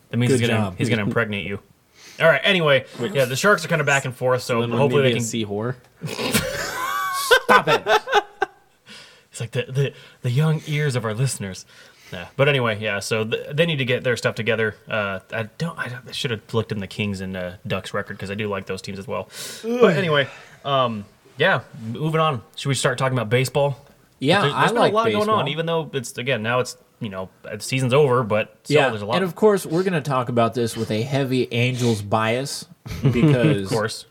That means
Good
he's gonna
job.
he's gonna impregnate you. All right. Anyway, yeah, the sharks are kind of back and forth. So hopefully they
maybe
can.
a sea whore.
Stop it.
It's like the the, the young ears of our listeners. Yeah. But anyway, yeah. So th- they need to get their stuff together. Uh, I don't. I, don't- I should have looked in the Kings and uh, Ducks record because I do like those teams as well. But anyway, um, yeah. Moving on. Should we start talking about baseball?
Yeah,
There's,
I
there's been
like
a lot
baseball.
going on, even though it's again now it's you know uh, the season's over, but still
yeah,
there's a lot.
and of course we're going to talk about this with a heavy Angels bias because
of course.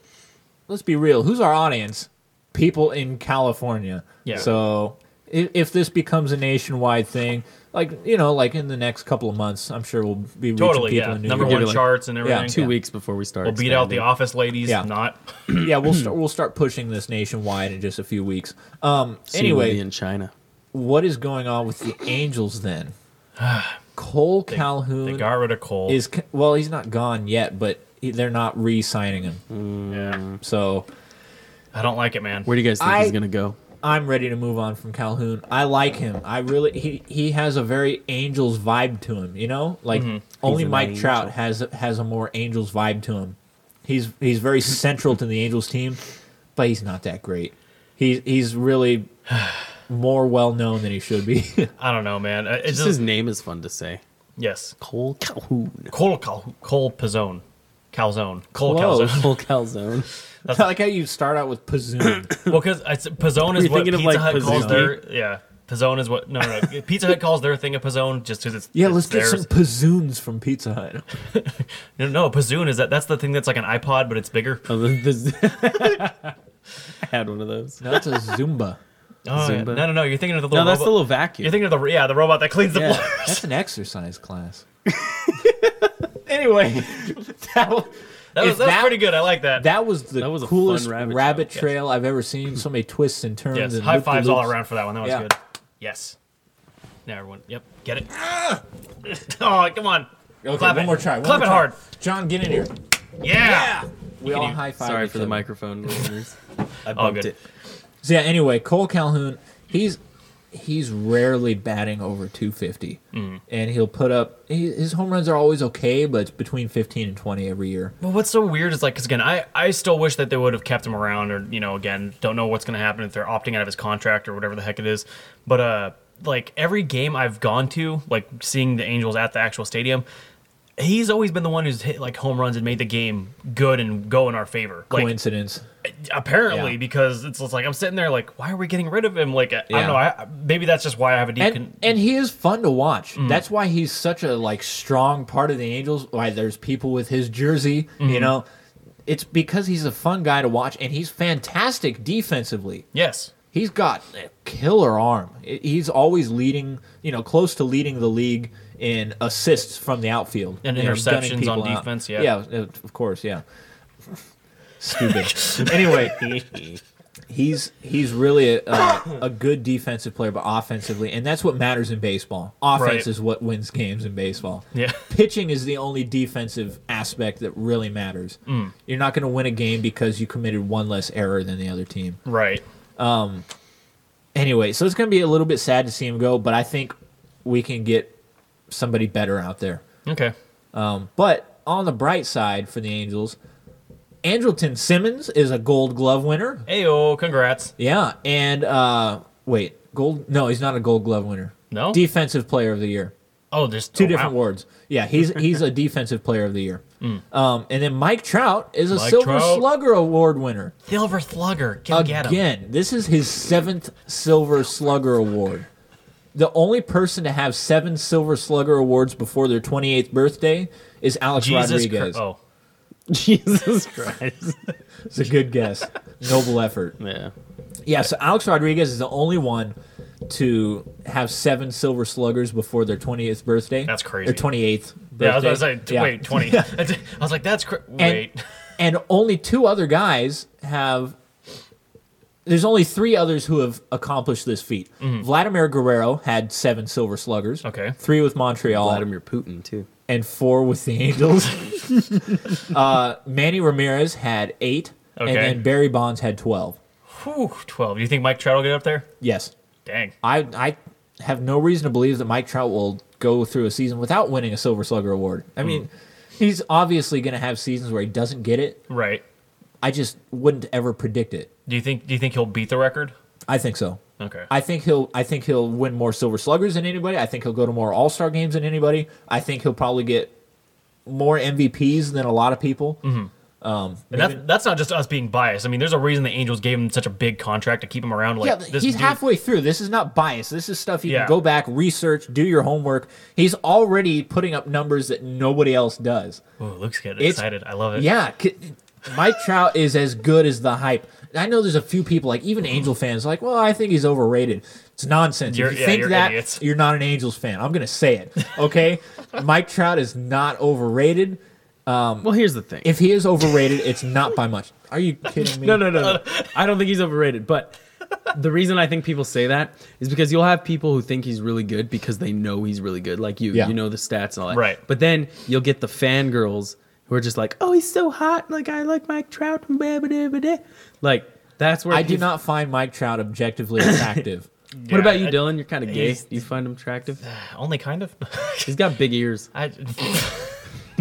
let's be real. Who's our audience? People in California.
Yeah.
So if, if this becomes a nationwide thing, like you know, like in the next couple of months, I'm sure we'll be reaching
Totally,
people
yeah.
in New
Number
York.
one
like-
charts and everything.
Two weeks before we start.
We'll beat out the
expanding.
office ladies.
Yeah.
Not.
yeah, we'll start. We'll start pushing this nationwide in just a few weeks. Um.
See
anyway,
Woody in China.
what is going on with the Angels then? Cole Calhoun
They got rid of Cole.
is c- well, he's not gone yet, but he, they're not re-signing him.
yeah.
So
I don't like it, man.
Mm. Where do you guys think
I-
he's gonna go?
I'm ready to move on from Calhoun. I like him. I really he he has a very Angels vibe to him. You know, like
Mm-hmm.
only
an
Mike
angel.
Trout has has a more Angels vibe to him. He's he's very central to the Angels team, but he's not that great. He's he's really more well known than he should be.
I don't know, man. Uh, It's
Just
just,
his name is fun to say.
yes,
Cole Calhoun.
Cole Cal, Cole Pizzone. Calzone, Cole
Close.
Calzone.
Cole Calzone.
I like how you start out with Pazoon.
Well, because Pizzone is
You're
what
thinking
Pizza
of, like,
Hut calls
Pizzuki?
their yeah. Pizzone is what no no, no. Pizza Hut calls their thing a pizzone just because it's
Yeah,
it's
let's get
theirs.
some Pazoons from Pizza Hut.
No, no, pizzoon is that that's the thing that's like an iPod but it's bigger.
Oh, the- the- I had one of those.
No, that's a Zumba.
Oh, yeah.
Zumba.
No, no, no. You're thinking of the
No,
little.
that's the
robot.
little vacuum.
You're thinking of the yeah the robot that cleans the
Yeah.
floor.
That's an exercise class.
anyway,
That was,
That was, that was pretty good. I like that.
That was the
That was a fun
coolest rabbit,
rabbit
trail.
trail I've ever seen. So many twists and turns.
yes,
and
high fives all
loop-de-loops.
around for that one. That was
Yeah.
good. Yes. Now everyone, yep, get it. oh, come on.
Okay,
Clap
one
it.
more try. one
Clap
more
it
try.
hard.
John, get in here.
Yeah.
We all high five.
sorry for the microphone listeners. I
All
bumped
good.
it.
So yeah. Anyway, Cole Calhoun, he's he's rarely batting over 250,
Mm.
and he'll put up he, his home runs are always okay, but it's between 15 and 20 every year.
Well, what's so weird is like, because again, I, I still wish that they would have kept him around, or you know, again, don't know what's gonna happen if they're opting out of his contract or whatever the heck it is. But uh, like every game I've gone to, like seeing the Angels at the actual stadium, he's always been the one who's hit like home runs and made the game good and go in our favor. Like
Coincidence.
apparently,
Yeah.
because it's, it's like I'm sitting there like, why are we getting rid of him? Like I, I
Yeah.
don't know. I, maybe that's just why I have a deep.
and,
con-
and he is fun to watch. That's why he's such a like strong part of the Angels. Why there's people with his jersey, you know. It's because he's a fun guy to watch, and he's fantastic defensively.
yes.
He's got a killer arm. I- He's always leading, you know, close to leading the league in assists from the outfield
And
you know, gunning
interceptions
people
on
out.
defense, yeah.
yeah, uh, of course, yeah. Stupid. anyway, he's he's really a, a, a good defensive player, but offensively, and that's what matters in baseball. Offense
Right.
is what wins games in baseball.
Yeah.
pitching is the only defensive aspect that really matters.
Mm.
You're not going to win a game because you committed one less error than the other team.
Right.
Anyway, so it's going to be a little bit sad to see him go, but I think we can get somebody better out there.
Okay.
Um, but on the bright side for the Angels, Andrelton Simmons is a Gold Glove winner.
Ayo, congrats.
Yeah, and uh wait, gold? No, he's not a Gold Glove winner.
No?
defensive player of the year.
Oh, there's
Two
oh,
different
wow.
awards. Yeah, he's he's a defensive player of the year. Um, and then Mike Trout is a
Hmm. Mike
Silver
Trout.
Slugger Award winner
Silver Slugger. Go get him.
again. This is his seventh Silver Slugger Award. The only person to have seven Silver Slugger Awards before their 28th birthday is Alex
Jesus
Rodriguez.
Christ. Oh.
Jesus Christ.
It's a good guess. Noble effort.
yeah.
Yeah, so Alex Rodriguez is the only one to have seven Silver Sluggers before their 28th birthday.
That's crazy.
Their 28th birthday.
Yeah, I was about to say, t-
Yeah.
wait, 20. I was like, that's cr-
And,
wait.
and only two other guys have. There's only three others who have accomplished this feat. Vladimir Guerrero had seven Silver Sluggers.
Mm-hmm. Okay.
Three with Montreal
Vladimir Putin too.
and four with the Angels. uh, Manny Ramirez had eight,
Okay.
and then Barry Bonds had 12.
Whew, 12. You think Mike Trout will get up there?
Yes.
Dang.
I I have no reason to believe that Mike Trout will go through a season without winning a Silver Slugger award.
Mm.
I mean, he's obviously going to have seasons where he doesn't get it.
Right.
I just wouldn't ever predict it.
Do you think do you think he'll beat the record?
I think so.
Okay.
I think he'll I think he'll win more Silver Sluggers than anybody. I think he'll go to more All Star games than anybody. I think he'll probably get more MVPs than a lot of people.
Mm-hmm. and that's, that's not just us being biased. I mean, there's a reason the Angels gave him such a big contract to keep him around. Like,
Yeah,
this
he's
dude-
halfway through. This is not bias. This is stuff you
Yeah.
can go back, research, do your homework. He's already putting up numbers that nobody else does.
Ooh, Luke's getting
It's-
excited. I love it.
Yeah, c- Mike Trout is as good as the hype. I know there's a few people, like even Angel fans, like, well, I think he's overrated. It's nonsense.
You're-
if you
yeah,
think
you're
that,
idiots.
you're not an Angels fan. I'm gonna say it. Okay, Mike Trout is not overrated.
Well, here's the thing.
If he is overrated, it's not by much. Are you kidding me?
no, no, no, no. I don't think he's overrated, but the reason I think people say that is because you'll have people who think he's really good because they know he's really good, like you.
Yeah.
You know the stats and all that.
Right.
But then you'll get the fangirls who are just like, "Oh, he's so hot! Like I like Mike Trout." and blah, blah, blah, blah." Like That's where
I do
people-
not find Mike Trout objectively attractive.
What about you, Dylan? You're kind of gay.
he's-
Do you find him attractive?
Only kind of.
He's got big ears.
I,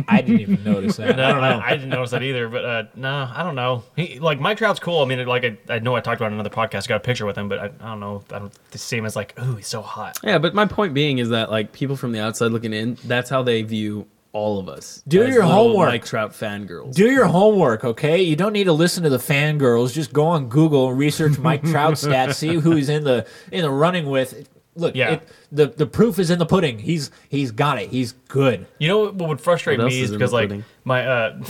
I didn't even notice that.
I don't know. I didn't notice that either. But uh, no, I don't know. He like Mike Trout's cool. I mean, like I, I know I talked about it in another podcast. I got a picture with him, but I, I don't know. I don't see him as like, ooh, he's so hot.
Yeah, but my point being is that like people from the outside looking in, that's how they view all of us.
Do
as
your
little
homework.
Mike Trout fangirls.
Do your homework, okay? You don't need to listen to the fangirls. Just go on Google and research Mike Trout stats, see who he's in the in the running with. Look,
Yeah.
it, the the proof is in the pudding. He's he's got it. He's good.
You know what would frustrate
What else
me
is
is
in
because
the
like
pudding?
my uh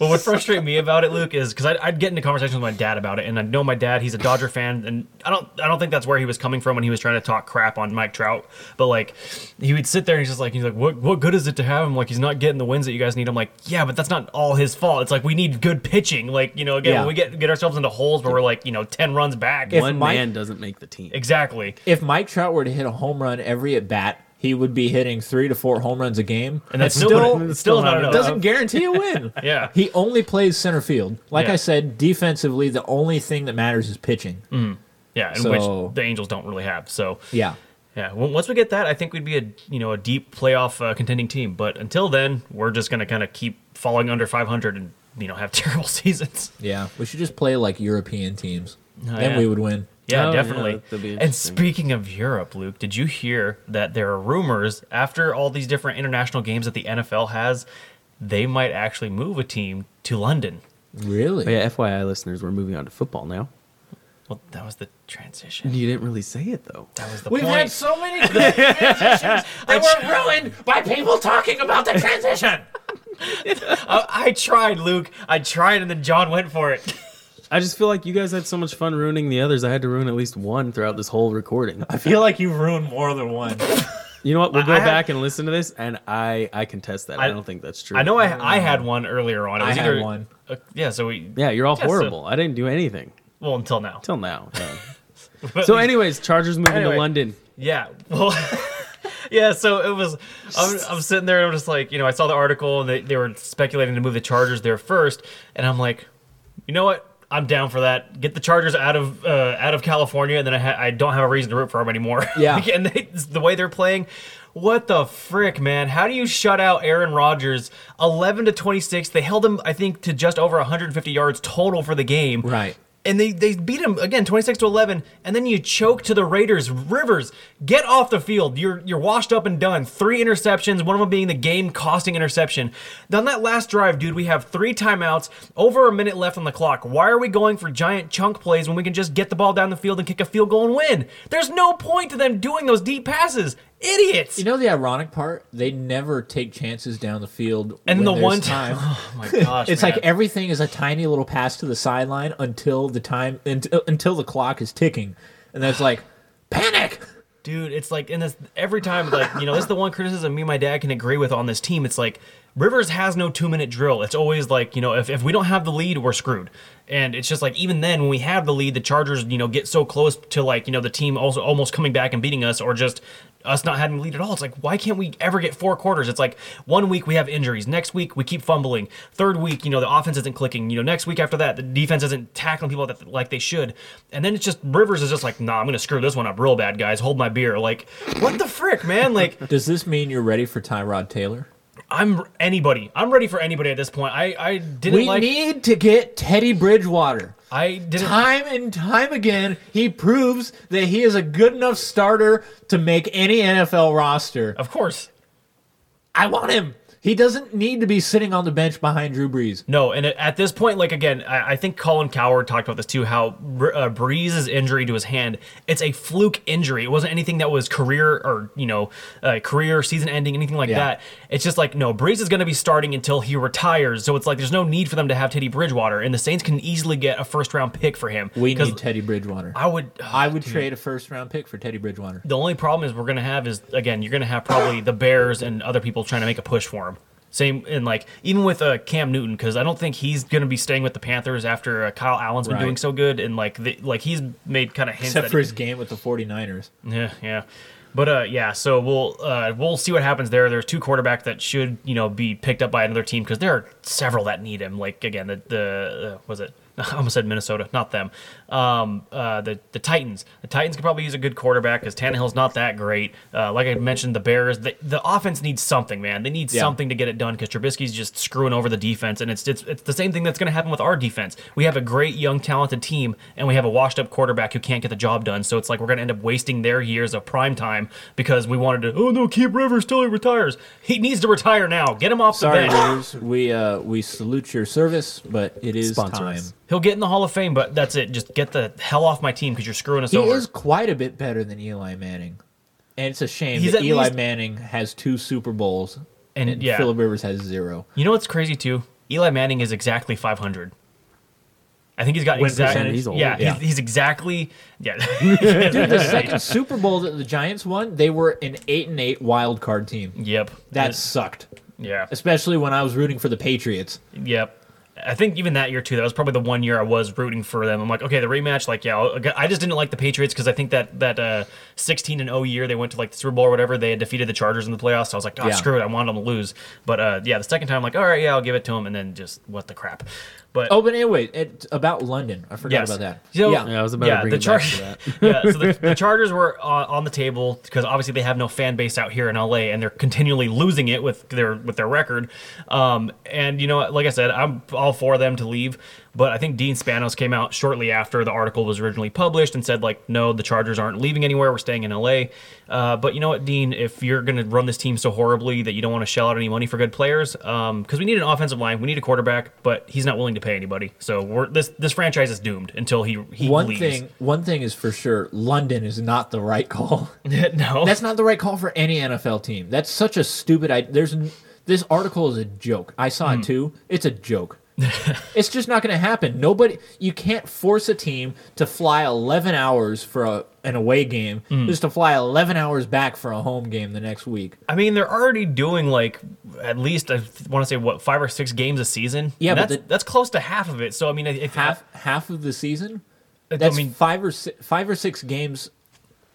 what would frustrate me about it, Luke, is because I'd, I'd get into conversations with my dad about it, and I know my dad, he's a Dodger fan, and I don't I don't think that's where he was coming from when he was trying to talk crap on Mike Trout, but like he would sit there and he's just like he's like what what good is it to have him like he's not getting the wins that you guys need. I'm like yeah, but that's not all his fault. It's like we need good pitching. Like you know again
Yeah.
we get get ourselves into holes where we're like you know ten runs back.
If
One
Mike-
man doesn't make the team.
exactly.
If Mike Trout were to hit a home run every at bat, he would be hitting three to four home runs a game,
And that's still-
still
it's still not enough.
Doesn't guarantee a win.
Yeah.
he only plays center field. Like
Yeah.
I said, defensively, the only thing that matters is pitching.
Mm. Yeah, and
So-
which the Angels don't really have. So
Yeah.
Yeah, well, once we get that, I think we'd be a you know a deep playoff uh, contending team. But until then, we're just gonna kind of keep falling under 500 and you know have terrible seasons.
Yeah, we should just play like European teams. then
Oh, yeah.
we would win.
Oh,
Yeah,
yeah,
definitely.
that'd be
and
interesting.
speaking of Europe, Luke, did you hear that there are rumors after all these different international games that the NFL has, they might actually move a team to London?
Really?
But yeah, FYI, listeners, we're moving on to football now.
Well, that was the transition.
You didn't really say it though.
That was the
We've
point.
had so many good transitions that were ruined by people talking about the transition.
I, I tried, Luke. I tried, and then John went for it.
I just feel like you guys had so much fun ruining the others. I had to ruin at least one throughout this whole recording.
I feel like you've ruined more than one.
You know what? We'll go
I- I had-
back and listen to this, and I I contest that. I,
I-
don't think that's true.
I know I, I had one earlier on. It
I
was
had
either,
one.
Uh, yeah, so we
Yeah, you're all
Yeah, so-
horrible. I didn't do anything
well until now.
till now. yeah.
But
so,
we-
anyways, Chargers moving
Anyway.
to London.
Yeah. Well, yeah. So it was. I'm, I'm sitting there and I'm just like, you know, I saw the article and they, they were speculating to move the Chargers there first, and I'm like, you know what? I'm down for that. Get the Chargers out of uh, out of California, and then I ha- I don't have a reason to root for them anymore.
Yeah.
Like, and they, the way they're playing. What the frick, man? How do you shut out Aaron Rodgers? 11 to 26. They held him, I think, to just over 150 yards total for the game
Right.
and they, they beat him again 26 to 11 and then you choke to the raiders rivers get off the field you're you're washed up and done three interceptions one of them being the game costing interception on that last drive dude we have three timeouts over a minute left on the clock why are we going for giant chunk plays when we can just get the ball down the field and kick a field goal and win there's no point to them doing those deep passes idiots
You know the ironic part? They never take chances down the field.
and
when
the
there's
one
time.
time oh my gosh
It's like
man.
everything is a tiny little pass to the sideline until the time until, until the clock is ticking, and that's like panic.
Dude, it's like, and this every time, like, you know, this is the one criticism me and my dad can agree with on this team. It's like, Rivers has no two minute drill. It's always like, you know, if, if we don't have the lead, we're screwed. And it's just like, even then, when we have the lead, the Chargers, you know, get so close to, like, you know, the team also almost coming back and beating us or just us not having the lead at all. It's like, why can't we ever get four quarters? It's like, one week we have injuries. Next week we keep fumbling. Third week, you know, the offense isn't clicking. You know, next week after that, the defense isn't tackling people that, like they should. And then it's just, Rivers is just like, nah, I'm going to screw this one up real bad, guys. Hold my beer. Like, what the frick, man? Like,
Does this mean you're ready for Tyrod Taylor?
I'm anybody. I'm ready for anybody at this point. I, I didn't
We
like.
need to get Teddy Bridgewater.
I didn't.
Time and time again, he proves that he is a good enough starter to make any NFL roster.
Of course.
I want him. He doesn't need to be sitting on the bench behind Drew Brees.
No, and at- at this point, like again, I I think Colin Coward talked about this too. How Br- uh, Breeze's injury to his hand, it's a fluke injury. It wasn't anything that was career or you know, uh, career season ending, anything like
Yeah.
that. It's just like no, Breeze is going to be starting until he retires. So it's like there's no need for them to have Teddy Bridgewater, and the Saints can easily get a first round pick for him.
We
'Cause
need Teddy Bridgewater.
I would.
I would trade a first round pick for Teddy Bridgewater.
The only problem is we're gonna have is again you're gonna have probably the Bears and other people trying to make a push for him. Same and like even with uh, Cam Newton because I don't think he's gonna be staying with the Panthers after uh, Kyle Allen's been
Right.
doing so good and like the, like he's made kind of hints
Except
that
for his game with the 49ers.
yeah yeah. But uh, yeah, so we'll uh, we'll see what happens there. There's two quarterback that should you know be picked up by another team because there are several that need him. Like again, the the uh, was it I almost said Minnesota, not them. Um, uh, the the Titans. The Titans could probably use a good quarterback because Tannehill's not that great. Uh, like I mentioned, the Bears. The, the offense needs something, man. They need
Yeah.
something to get it done because Trubisky's just screwing over the defense, and it's it's, it's the same thing that's going to happen with our defense. We have a great young talented team, and we have a washed up quarterback who can't get the job done. So it's like we're going to end up wasting their years of prime time because we wanted to. Oh no, keep Rivers till he retires. He needs to retire now. Get him off the
Sorry,
bench.
Raiders. We uh, we salute your service, but it is
Sponsor
time.
us.
He'll get in the Hall of Fame, but that's it. Just get the hell off my team because you're screwing us
He
over.
is quite a bit better than Eli Manning, and it's a shame
He's
that
at
Eli
least-
Manning has two Super Bowls
And,
and
yeah.
Philip Rivers has zero.
you know what's crazy too? Eli Manning is exactly 500. I think he's got
Win
exactly.
percentage?
He's old.
Yeah,
Yeah.
He's, he's exactly. Yeah.
Dude, the second Super Bowl that the Giants won, they were an eight and eight wild card team.
yep.
That sucked,
Yeah.
especially when I was rooting for the Patriots.
Yep. I think even that year too. That was probably the one year I was rooting for them. I'm like, okay, the rematch. Like, yeah, I'll- I just didn't like the Patriots because I think that that uh, 16 and 0 year they went to like the Super Bowl or whatever. They had defeated the Chargers in the playoffs. So I was like, oh,
Yeah.
screw it. I wanted them to lose. But uh, yeah, the second time, I'm like, all right, yeah, I'll give it to them. And then just what the crap. But
Oh, but anyway, it, about London, I forgot
Yes.
about that.
So-
Yeah, I was about to bring it back
Chargers.
to that.
yeah, so the, the Chargers were on, on the table because obviously they have no fan base out here in LA, and they're continually losing it with their with their record. Um, and you know, like I said, I'm all for them to leave, but I think Dean Spanos came out shortly after the article was originally published and said like, no, the Chargers aren't leaving anywhere. We're staying in LA. Uh, but you know what, Dean, if you're going to run this team so horribly that you don't want to shell out any money for good players, because we need an offensive line, we need a quarterback, but he's not willing to pay anybody. So we're this this franchise is doomed until he he
one
leaves.
thing, one thing is for sure, London is not the right call.
no.
That's not the right call for any NFL team. That's such a stupid. I there's n- this article is a joke. I saw
Hmm.
it too. It's a joke. it's just not going to happen. Nobody. You can't force a team to fly 11 hours for a, an away game
Hmm.
just to fly 11 hours back for a home game the next week.
I mean, they're already doing like at least I want to say what five or six games a season.
Yeah,
And
but
that's
the-
that's close to half of it. So I mean, if
Half half of the season.
I
That's
mean-
five or si- five or six games,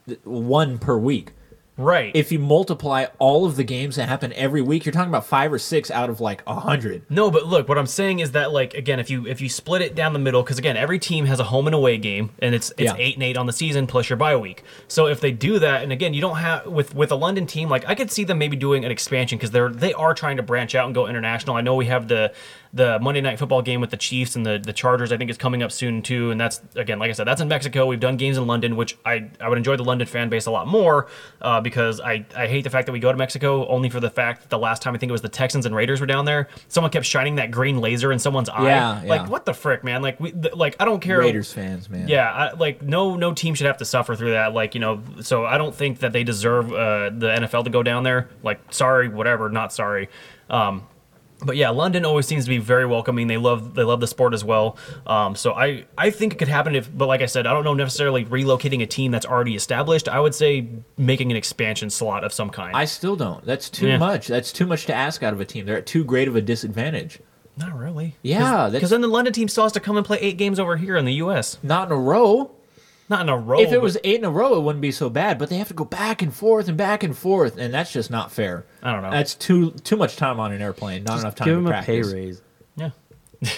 th- one per week.
right,
If you multiply all of the games that happen every week, you're talking about five or six out of like a hundred.
No, but look, what I'm saying is that like again, if you if you split it down the middle, because again, every team has a home and away game, and it's it's
Yeah.
eight and eight on the season plus your bye week. So if they do that, and again, you don't have with with a London team, like I could see them maybe doing an expansion because they're they are trying to branch out and go international. I know we have the the Monday night football game with the Chiefs and the the Chargers. I think is coming up soon too, and that's again, like I said, that's in Mexico. We've done games in London, which I I would enjoy the London fan base a lot more uh, because I I hate the fact that we go to Mexico only for the fact that the last time I think it was the Texans and Raiders were down there, someone kept shining that green laser in someone's eye.
Yeah,
like
yeah.
what the frick, man? Like we th- like I don't care.
Raiders fans, man.
Yeah, I, like no no team should have to suffer through that. Like you know, so I don't think that they deserve uh, the NFL to go down there. Like sorry, whatever, not sorry. Um, but yeah, London always seems to be very welcoming. They love they love the sport as well. Um, so I I think it could happen if, but like I said, I don't know necessarily relocating a team that's already established. I would say making an expansion slot of some kind.
I still don't. That's too
Yeah.
much. That's too much to ask out of a team. They're at too great of a disadvantage.
not really.
Yeah, that's
Because then the London team still has to come and play eight games over here in the U.S.
not in a row.
Not in a row.
if
Oh,
it
but-
was eight in a row, it wouldn't be so bad. But they have to go back and forth and back and forth, and that's just not fair.
I don't know.
That's too too much time on an airplane. Not enough time
Give
to
him a pay
practice.
raise.
yeah.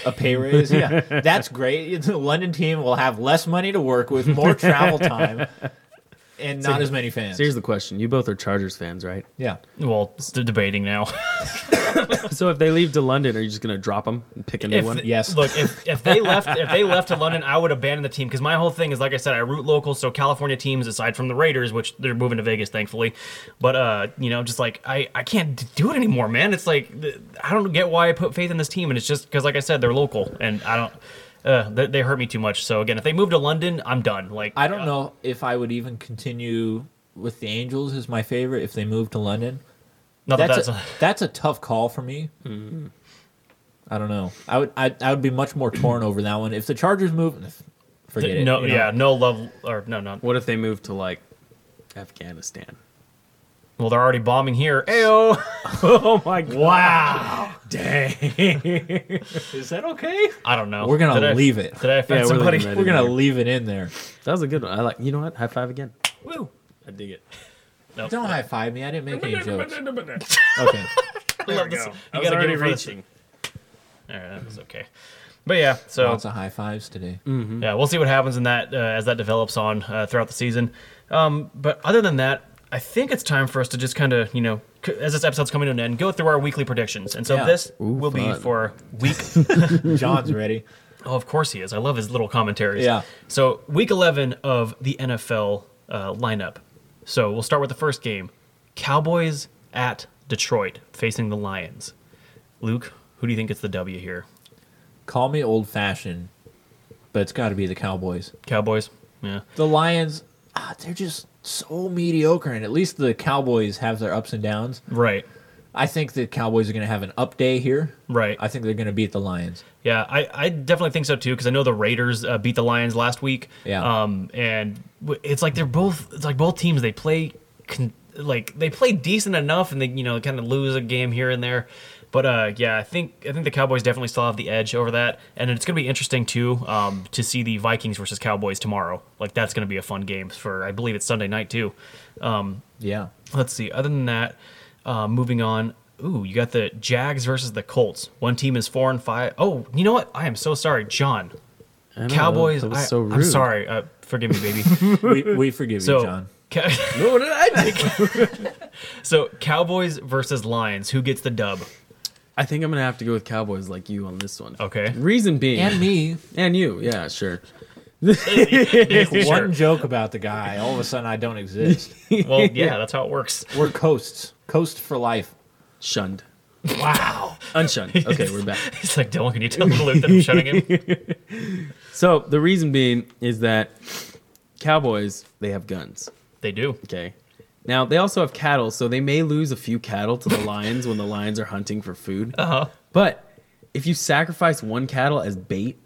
A pay raise, yeah, that's great. The London team will have less money to work with, more travel time, and not as many fans.
So here's the question: You both are Chargers fans, right?
Yeah,
Well, it's the debating now.
So if they leave to London, are you just gonna drop them and pick a new
if,
one?
Yes.
Look, if, if they left if they left to London, I would abandon the team because my whole thing is like I said, I root local, so California teams aside from the Raiders, which they're moving to Vegas, thankfully. But uh, you know, just like I I can't d- do it anymore, man. It's like th- I don't get why I put faith in this team, and it's just because like I said, they're local, and I don't. Uh, they, they hurt me too much. So again, if they move to London, I'm done. Like
I don't
uh,
know if I would even continue with the Angels as my favorite if they moved to London.
Not that that's
that's a, that's a tough call for me. I don't know. I would I, I would be much more torn over that one. If the Chargers move, forget it.
no,
you know?
yeah, no love or no, no.
What if they move to like Afghanistan?
Well, they're already bombing here. Ayo!
Oh my god!
Wow!
Is that okay?
I don't know.
We're gonna
Did I-
leave it.
Did I offend
Yeah, we're
somebody?
leaving
We're gonna
Anyway.
leave it in there.
That was a good one. I like. You know what? High five again.
Woo!
I dig it.
No.
Don't high five me. I didn't make any jokes. Okay.
I love this. You gotta give it for this. All right, that was okay. But yeah, so
Lots of high fives today.
yeah, we'll see what happens in that uh, as that develops on uh, throughout the season. Um, but other than that, I think it's time for us to just kind of you know, c- as this episode's coming to an end, go through our weekly predictions. And so
Yeah.
this
Ooh,
will be
fun.
for week.
John's ready.
oh, of course he is. I love his little commentaries.
Yeah.
So week eleven of the NFL uh, lineup. So we'll start with the first game: Cowboys at Detroit facing the Lions. Luke, who do you think gets the W here?
Call me old fashioned, but it's got to be the Cowboys.
Cowboys. Yeah.
The Lions, ah, they're just so mediocre, and at least the Cowboys have their ups and downs.
Right.
I think the Cowboys are going to have an up day here.
Right.
I think they're going to beat the Lions.
Yeah, I, I definitely think so too because I know the Raiders uh, beat the Lions last week.
Yeah.
Um, and w- it's like they're both. It's like both teams they play, con- like they play decent enough, and they you know kind of lose a game here and there. But uh, yeah, I think I think the Cowboys definitely still have the edge over that, and it's going to be interesting too um, to see the Vikings versus Cowboys tomorrow. Like that's going to be a fun game for I believe it's Sunday night too. Um,
Yeah.
let's see. Other than that, uh, moving on. Ooh, you got the Jags versus the Colts. One team is four and five. Oh, you know what? I am so sorry, John.
I know,
Cowboys.
That was
I,
so rude.
I'm sorry. Uh, forgive me, baby.
we, we forgive you,
so,
John.
ca-
What did I think?
so Cowboys versus Lions. Who gets the dub?
I think I'm gonna have to go with Cowboys like you on this one.
Okay.
Reason being,
And me,
and you, yeah, sure.
Sure.
one joke about the guy, all of a sudden I don't exist.
Well, yeah, that's how it works.
We're coasts, coast for life.
Shunned,
Wow.
unshunned. Okay, we're back.
It's like Dylan. Can you tell Luke that I'm shutting him?
So the reason being is that Cowboys they have guns.
They do.
Okay. Now they also have cattle, so they may lose a few cattle to the lions when the lions are hunting for food.
Uh huh.
But if you sacrifice one cattle as bait,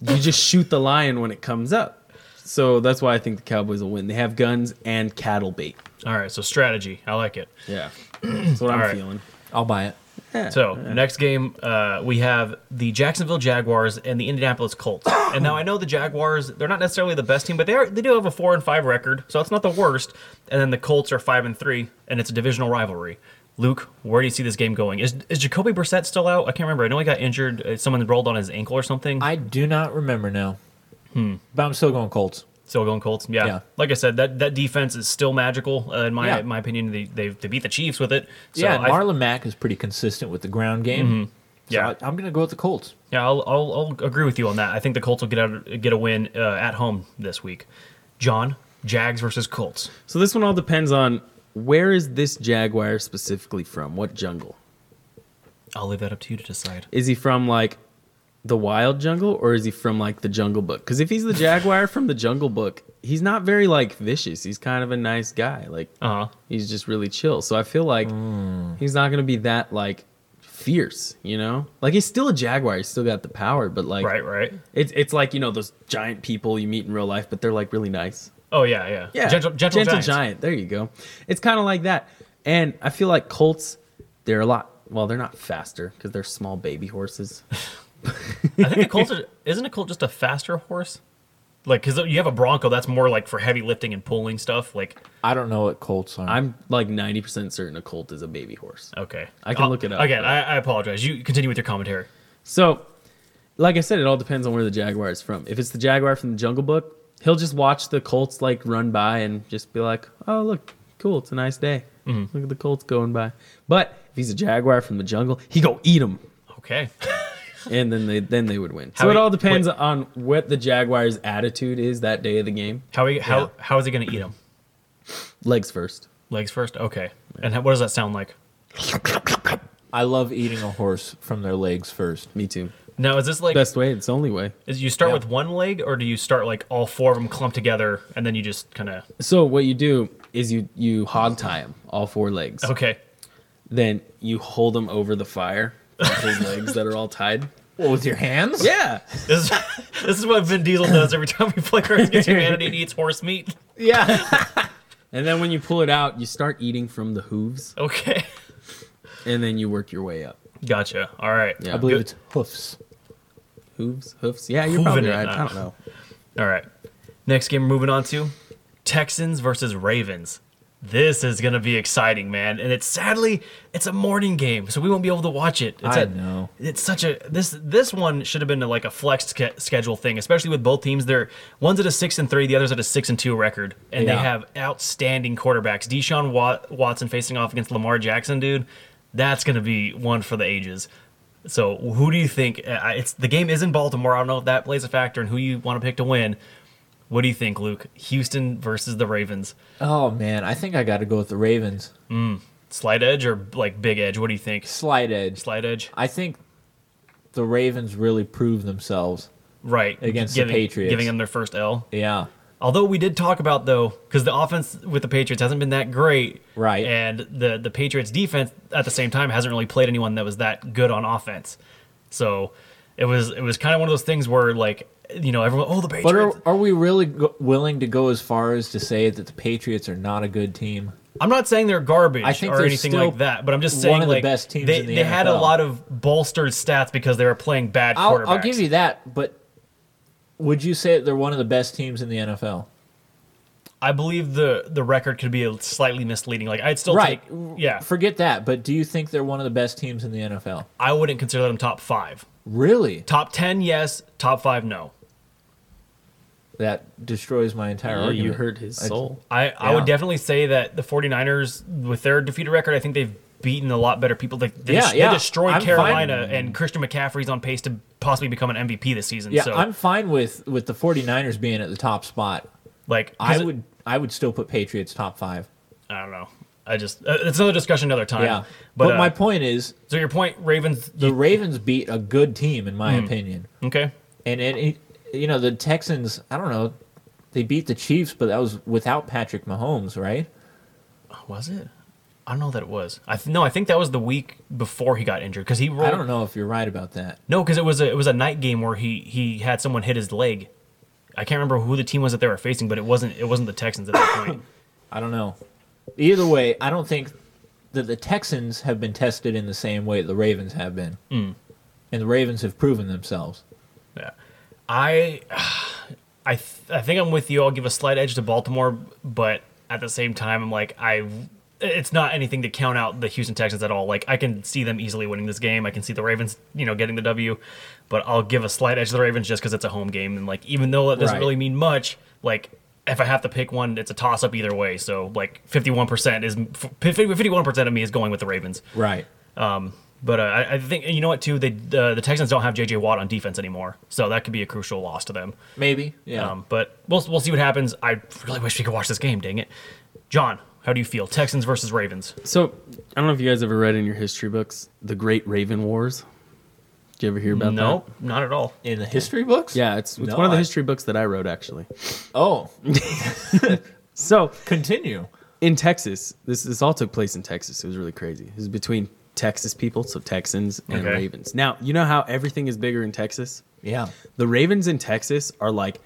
you just shoot the lion when it comes up. So that's why I think the Cowboys will win. They have guns and cattle bait.
All right. So strategy. I like it.
Yeah. That's what I'm
All right.
feeling.
I'll buy it.
So next game, uh, we have the Jacksonville Jaguars and the Indianapolis Colts. and now I know the Jaguars—they're not necessarily the best team, but they are—they do have a four and five record, so it's not the worst. And then the Colts are five and three, and it's a divisional rivalry. Luke, where do you see this game going? Is is Jacoby Brissett still out? I can't remember. I know he got injured. Uh, Someone rolled on his ankle or something.
I do not remember now, but I'm still going Colts.
Still going Colts. Yeah.
Yeah.
Like I said, that, that defense is still magical. Uh, in my
Yeah.
my opinion, they, they they beat the Chiefs with it. So
yeah, and
I-
Marlon Mack is pretty consistent with the ground game.
Yeah.
so I, I'm going to go with the Colts.
Yeah, I'll, I'll, I'll agree with you on that. I think the Colts will get out, get a win uh, at home this week. John, Jags versus Colts.
So this one all depends on where is this Jaguar specifically from? What jungle?
I'll leave that up to you to decide.
Is he from like the wild jungle or is he from like the jungle book? Because if he's the Jaguar from the jungle book, he's not very like vicious. He's kind of a nice guy. Like
Uh huh.
he's just really chill. So I feel like
Hmm.
he's not gonna be that like fierce, you know? Like he's still a jaguar, he's still got the power, but like
Right, right.
it's it's like, you know, those giant people you meet in real life, but they're like really nice.
Oh yeah, yeah.
Yeah.
Gentle, gentle, Giants.
giant. There you go. It's kind of like that. And I feel like Colts, they're a lot well, they're not faster because they're small baby horses.
I think the Colts are, isn't a Colt just a faster horse? Like, cause you have a Bronco that's more like for heavy lifting and pulling stuff. Like,
I don't know what Colts are.
I'm like ninety percent certain a Colt is a baby horse.
okay,
I can
Uh,
look it up,
Again,
but-
I, I apologize. You continue with your commentary.
So, like I said, it all depends on where the Jaguar is from. If it's the Jaguar from the Jungle Book, he'll just watch the Colts like run by and just be like, "Oh, look, cool, it's a nice day.
Mm-hmm.
Look at the Colts going by." But if he's a Jaguar from the jungle, he go eat them,
Okay.
and then they then they would win.
How
so it
he-
all depends
wait.
on what the Jaguar's attitude is that day of the game.
How are you, how how is he gonna eat them?
Legs first.
Legs first. Okay. And how, what does that sound like?
I love eating a horse from their legs first.
Me too.
Now, is this like
Best way. It's the only way.
Is you start
Yeah.
with one leg, or do you start like all four of them clumped together, and then you just kind of
So what you do is you you hog tie him all four legs.
okay?
Then you hold him over the fire. with His legs that are all tied.
Well, with your hands?
Yeah.
This is, this is what Vin Diesel does every time we play Cards Against Humanity and he eats horse meat.
Yeah.
And then when you pull it out, you start eating from the hooves,
Okay,
and then you work your way up.
gotcha. All right.
Yeah.
I believe
Good.
it's hoofs.
Hooves, hoofs. Yeah, you're
Hooving
probably
it
right.
up.
I don't know.
All right. Next game we're moving on to Texans versus Ravens. This is gonna be exciting, man. And it's sadly it's a morning game, so we won't be able to watch it. It's
I
a-
know.
It's such a this this one should have been like a flex sch- schedule thing, especially with both teams. They're one's at a six and three, the other's at a six and two record, and they
Yeah.
have outstanding quarterbacks. Deshaun Wat- Watson facing off against Lamar Jackson, dude. That's gonna be one for the ages. So who do you think? uh, I- It's the game is in Baltimore. I don't know if that plays a factor in who you want to pick to win. What do you think, Luke? Houston versus the Ravens,
Oh man, I think I got to go with the Ravens.
slight edge or like big edge? What do you think?
Slight edge.
Slight edge,
I think the Ravens really proved themselves.
right?
Against the
Giving-
Patriots.
giving them their first L.
Yeah.
Although we did talk about though, because the offense with the Patriots hasn't been that great,
Right.
And the the Patriots defense at the same time hasn't really played anyone that was that good on offense. So it was it was kind of one of those things where like you know everyone oh the Patriots
But are, are we really go- willing to go as far as to say that the Patriots are not a good team?
I'm not saying they're garbage
I think
or
they're
anything
still
like that, but I'm just
one
saying
of the
like
best teams
they,
in the
they had a
NFL.
lot of bolstered stats because they were playing bad
I'll,
quarterbacks.
I'll give you that, but would you say that they're one of the best teams in the NFL?
I believe the the record could be slightly misleading. Like I'd still
right.
take yeah.
Forget that, but do you think they're one of the best teams in the NFL?
I wouldn't consider them top five.
Really?
Top ten, yes. Top five, no.
That destroys my entire
Yeah,
argument.
you hurt his
I-
soul.
I, I
Yeah.
would definitely say that the 49ers, with their defeated record, I think they've beaten a lot better people. They, they,
Yeah,
des-
yeah.
they destroy
I'm
Carolina, and Christian McCaffrey's on pace to possibly become an MVP this season.
Yeah,
so,
I'm fine with with the 49ers being at the top spot.
like,
I
'cause it-
would I would still put Patriots top 5.
I don't know. I just, uh, it's another discussion another time.
Yeah.
But,
But,
uh,
my point is
so your point, Ravens,
the Ravens beat a good team in
Hmm.
my opinion.
okay.
And it, it- you know, the Texans, I don't know, they beat the Chiefs, but that was without Patrick Mahomes, right?
Was it? I don't know that it was. I th- no, I think that was the week before he got injured because he rolled.
I don't know if you're right about that.
No, because it was a it was a night game where he he had someone hit his leg. I can't remember who the team was that they were facing, but it wasn't it wasn't the Texans at that point.
I don't know. Either way, I don't think that the Texans have been tested in the same way the Ravens have been.
Hmm.
And the Ravens have proven themselves.
Yeah. I I th- I think I'm with you. I'll give a slight edge to Baltimore, but at the same time I'm like I it's not anything to count out the Houston Texans at all. Like I can see them easily winning this game. I can see the Ravens, you know, getting the W, but I'll give a slight edge to the Ravens just cuz it's a home game and like even though that doesn't
Right.
really mean much, like if I have to pick one, it's a toss up either way. So like 51% is 51% of me is going with the Ravens.
Right.
Um, but uh, I, I think and you know what too. They uh, the Texans don't have J.J. Watt on defense anymore, so that could be a crucial loss to them.
Maybe. Yeah.
Um, but we'll we'll see what happens. I really wish we could watch this game. Dang it, John. How do you feel? Texans versus Ravens.
So I don't know if you guys ever read in your history books the Great Raven Wars. Did you ever hear about
no, not at all.
in the history books?
that? Yeah, it's, it's
No,
one of the
I-
history books that I wrote actually.
Oh,
So
continue.
in Texas, this this all took place in Texas. It was really crazy. It was between Texas people, so Texans and
Okay.
Ravens. Now you know how everything is bigger in Texas.
Yeah.
The Ravens in Texas are like,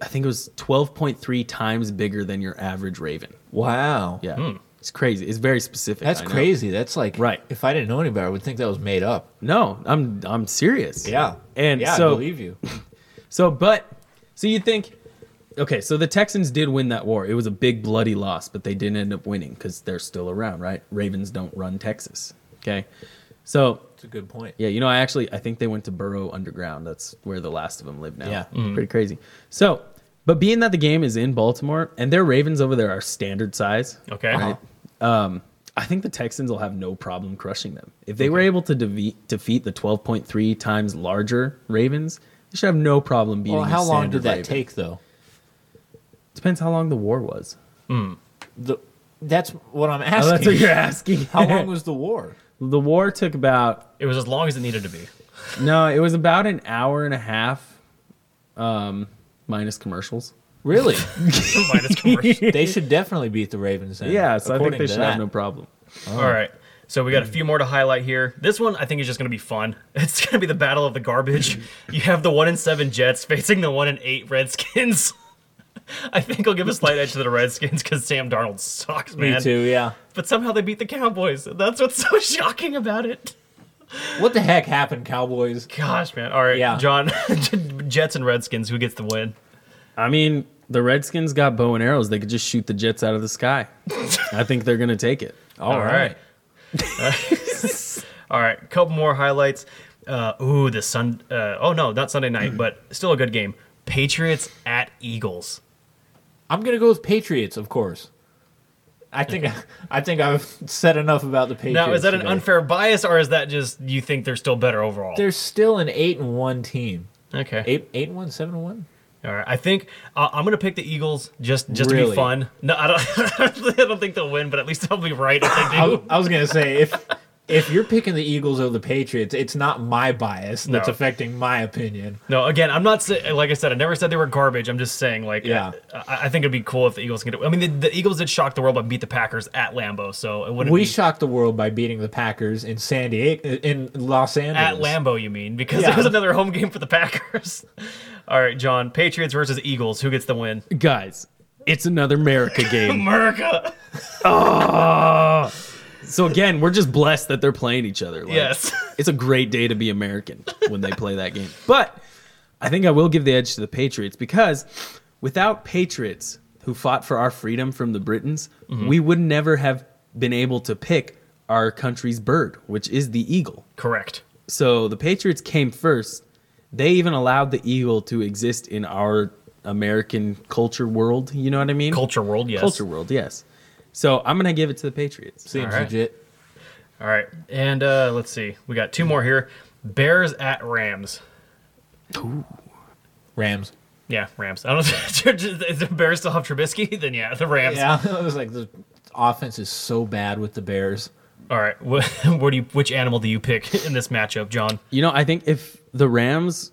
I think it was twelve point three times bigger than your average Raven.
Wow.
Yeah, it's crazy. It's very specific.
That's
I know.
crazy. That's like
Right.
If I didn't know any better, I would think that was made up.
No, I'm I'm serious. and
yeah, I
so
believe you.
So, but so you think, okay, so the Texans did win that war. It was a big bloody loss, but they didn't end up winning because they're still around, right? Ravens don't run Texas. Okay, so
It's a good point.
yeah, you know, I actually I think they went to Burrow Underground. That's where the last of them live now.
Yeah. Mm-hmm.
pretty crazy. So, but being that the game is in Baltimore and their Ravens over there are standard size,
Okay,
I think the Texans will have no problem crushing them. If they were able to deve- defeat the 12.3 times larger Ravens, they should have no problem beating.
Well,
a
how long
standard
did that
Raven.
take though?
Depends how long the war was.
The that's what I'm asking.
Oh, that's what you're asking.
how long was the war?
the war took about?
it was as long as it needed to be.
No, it was about an hour and a half, um, minus commercials.
Really?
Minus commercial.
they should definitely beat the Ravens. Then,
Yeah, so I think
according
they
to
should
that.
have no problem.
Oh.
all right. So we got a few more to highlight here. This one I think is just going to be fun. It's going to be the battle of the garbage. You have the one in seven Jets facing the one in eight Redskins. I think I'll give a slight edge to the Redskins because Sam Darnold sucks, man.
Me too. Yeah.
but somehow they beat the Cowboys. That's what's so shocking about it.
What the heck happened, Cowboys?
Gosh, man. All right,
Yeah.
John, Jets and Redskins, who gets the win?
I mean, the Redskins got bow and arrows, they could just shoot the Jets out of the sky. I think they're gonna take it.
All right. All right. Couple more highlights. Uh, ooh, the Sun. Uh, oh no, not Sunday night, but still a good game. Patriots at Eagles.
I'm gonna go with Patriots, of course. I think I think I've said enough about the Patriots.
Now, is that an
today.
unfair bias, or is that just you think they're still better overall?
They're still an eight and one team.
okay.
Eight eight and one, seven and one.
All right. I think uh, I'm gonna pick the Eagles just just to be
Really?
fun. No, I don't. I don't think they'll win, but at least I'll be right if they
I,
do.
w- I was gonna say if if you're picking the Eagles over the Patriots, it's not my bias that's
No.
affecting my opinion.
No, again, I'm not saying. Like I said, I never said they were garbage. I'm just saying, like,
Yeah.
I, I think it'd be cool if the Eagles can do. I mean, the, the Eagles did shock the world, but beat the Packers at Lambeau, so it wouldn't.
We
be,
shocked the world by beating the Packers in San Diego in Los
at
Angeles.
Lambeau, you mean? Because
Yeah.
it was another home game for the Packers. All right, John. Patriots versus Eagles. Who gets the win?
Guys, it's another America game.
America.
So again, we're just blessed that they're playing each other. Like,
Yes.
it's a great day to be American when they play that game. But I think I will give the edge to the Patriots because without Patriots who fought for our freedom from the Britons, we would never have been able to pick our country's bird, which is the eagle.
Correct.
So the Patriots came first. They even allowed the eagle to exist in our American culture world. You know what I mean?
Culture world. Yes.
Culture world, yes. So I'm gonna give it to the Patriots.
Seems
All right.
legit.
All right, and uh, let's see. We got two more here. Bears at Rams.
Rams.
Yeah, Rams. I don't know. If the Bears still have Trubisky, then yeah, the Rams.
Yeah, I was like the offense is so bad with the Bears.
All right. What, what do you? Which animal do you pick in this matchup, John?
You know, I think if the Rams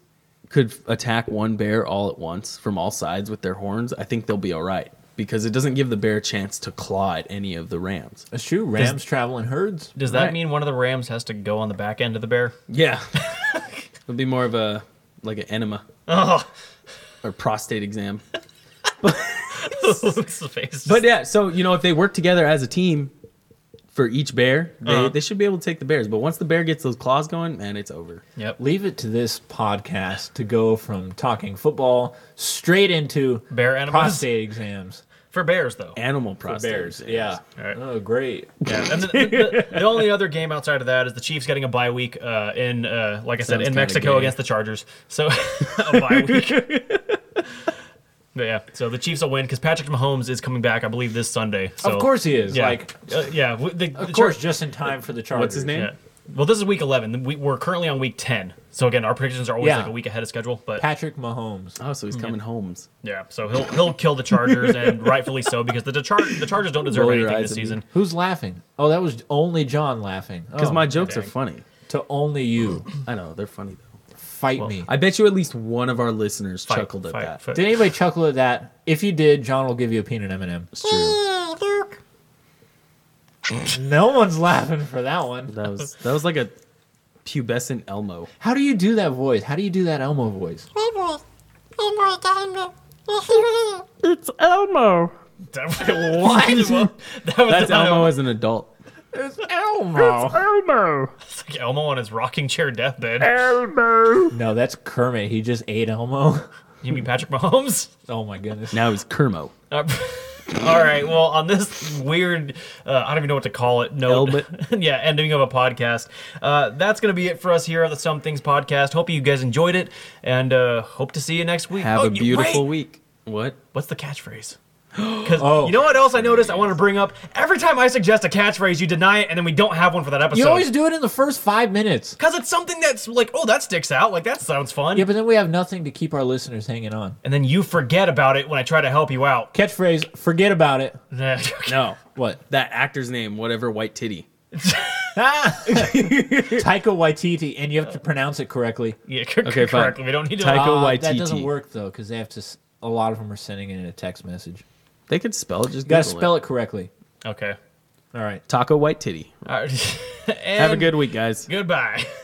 could f- attack one bear all at once from all sides with their horns, I think they'll be all right because it doesn't give the bear a chance to claw at any of the Rams.
That's true. Rams travel in herds.
Does that
Right.
mean one of the Rams has to go on the back end of the bear?
Yeah, it'll be more of a like an enema
Oh,
or prostate exam.
Luke's face.
But yeah, so you know, if they work together as a team for each bear, they,
Uh-huh.
they should be able to take the bears. But once the bear gets those claws going, man, it's over.
yep.
Leave it to this podcast to go from talking football straight into
Bear animals?
prostate exams.
For bears though.
Animal prostate.
Bears,
exams.
yeah.
Alright.
Oh, great.
Yeah. And the, the, the only other game outside of that is the Chiefs getting a bye week uh, in, uh, like I said,
Sounds
in
kinda
Mexico
gay.
against the Chargers. So a bye week. but yeah, so the Chiefs will win because Patrick Mahomes is coming back, I believe, this Sunday. So,
of course he is.
yeah,
Like,
uh, yeah, w- the, the
of course,
Chargers-
just in time for the Chargers.
What's his name?
yeah. Well, this is week eleven. We, we're currently on week ten. So again, our predictions are always
Yeah.
like a week ahead of schedule. But
Patrick Mahomes.
Oh, so he's
Mm-hmm.
coming homes.
yeah, so he'll he'll kill the Chargers, and rightfully so because the Char- the Chargers don't deserve
Roll your
anything
eyes
this
at me.
season.
Who's laughing? Oh, that was only John laughing.
Because
Oh,
my jokes
dang.
are funny.
to only you
I know they're funny though.
fight me.
I bet you at least one of our listeners
Fight,
chuckled at
fight,
that.
fight.
did anybody chuckle at that? If you did, John will give you a peanut M&M.
It's true.
No one's laughing for that one.
That was that was like a pubescent Elmo.
How do you do that voice? How do you do that Elmo voice?
It's Elmo.
what? That was
That's
the-
Elmo as an adult.
It's Elmo.
Elmo.
It's like Elmo on his rocking chair deathbed.
Elmo.
No, that's Kermit. He just ate Elmo.
You mean Patrick Mahomes?
Oh my goodness.
Now he's Kermo.
Uh, all right. Well, on this weird, uh, I don't even know what to call it. No,
Elbit.
yeah, ending of a podcast. Uh, that's gonna be it for us here on the Some Things podcast. Hope you guys enjoyed it, and uh, hope to see you next week.
Have
Oh,
a
you-
beautiful
wait!
week. What?
What's the catchphrase? Because
Oh.
you know what else I noticed? I want to bring up every time I suggest a catchphrase, you deny it, and then we don't have one for that episode.
You always do it in the first five minutes.
because it's something that's like, oh, that sticks out. Like that sounds fun.
Yeah, but then we have nothing to keep our listeners hanging on.
and then you forget about it when I try to help you out.
Catchphrase, forget about it.
No.
What?
That actor's name, whatever white titty.
Ah! Taika Waititi, and you have to pronounce it correctly.
Yeah, cor-
Okay, fine.
correctly. We don't need to.
Taika
Ah,
Waititi.
That doesn't work though, because they have to. s- A lot of them are sending it in a text message.
They could spell it. Just
You gotta
Google
spell it correctly.
okay.
All right.
Taco white titty.
All right.
Have a good week, guys.
Goodbye.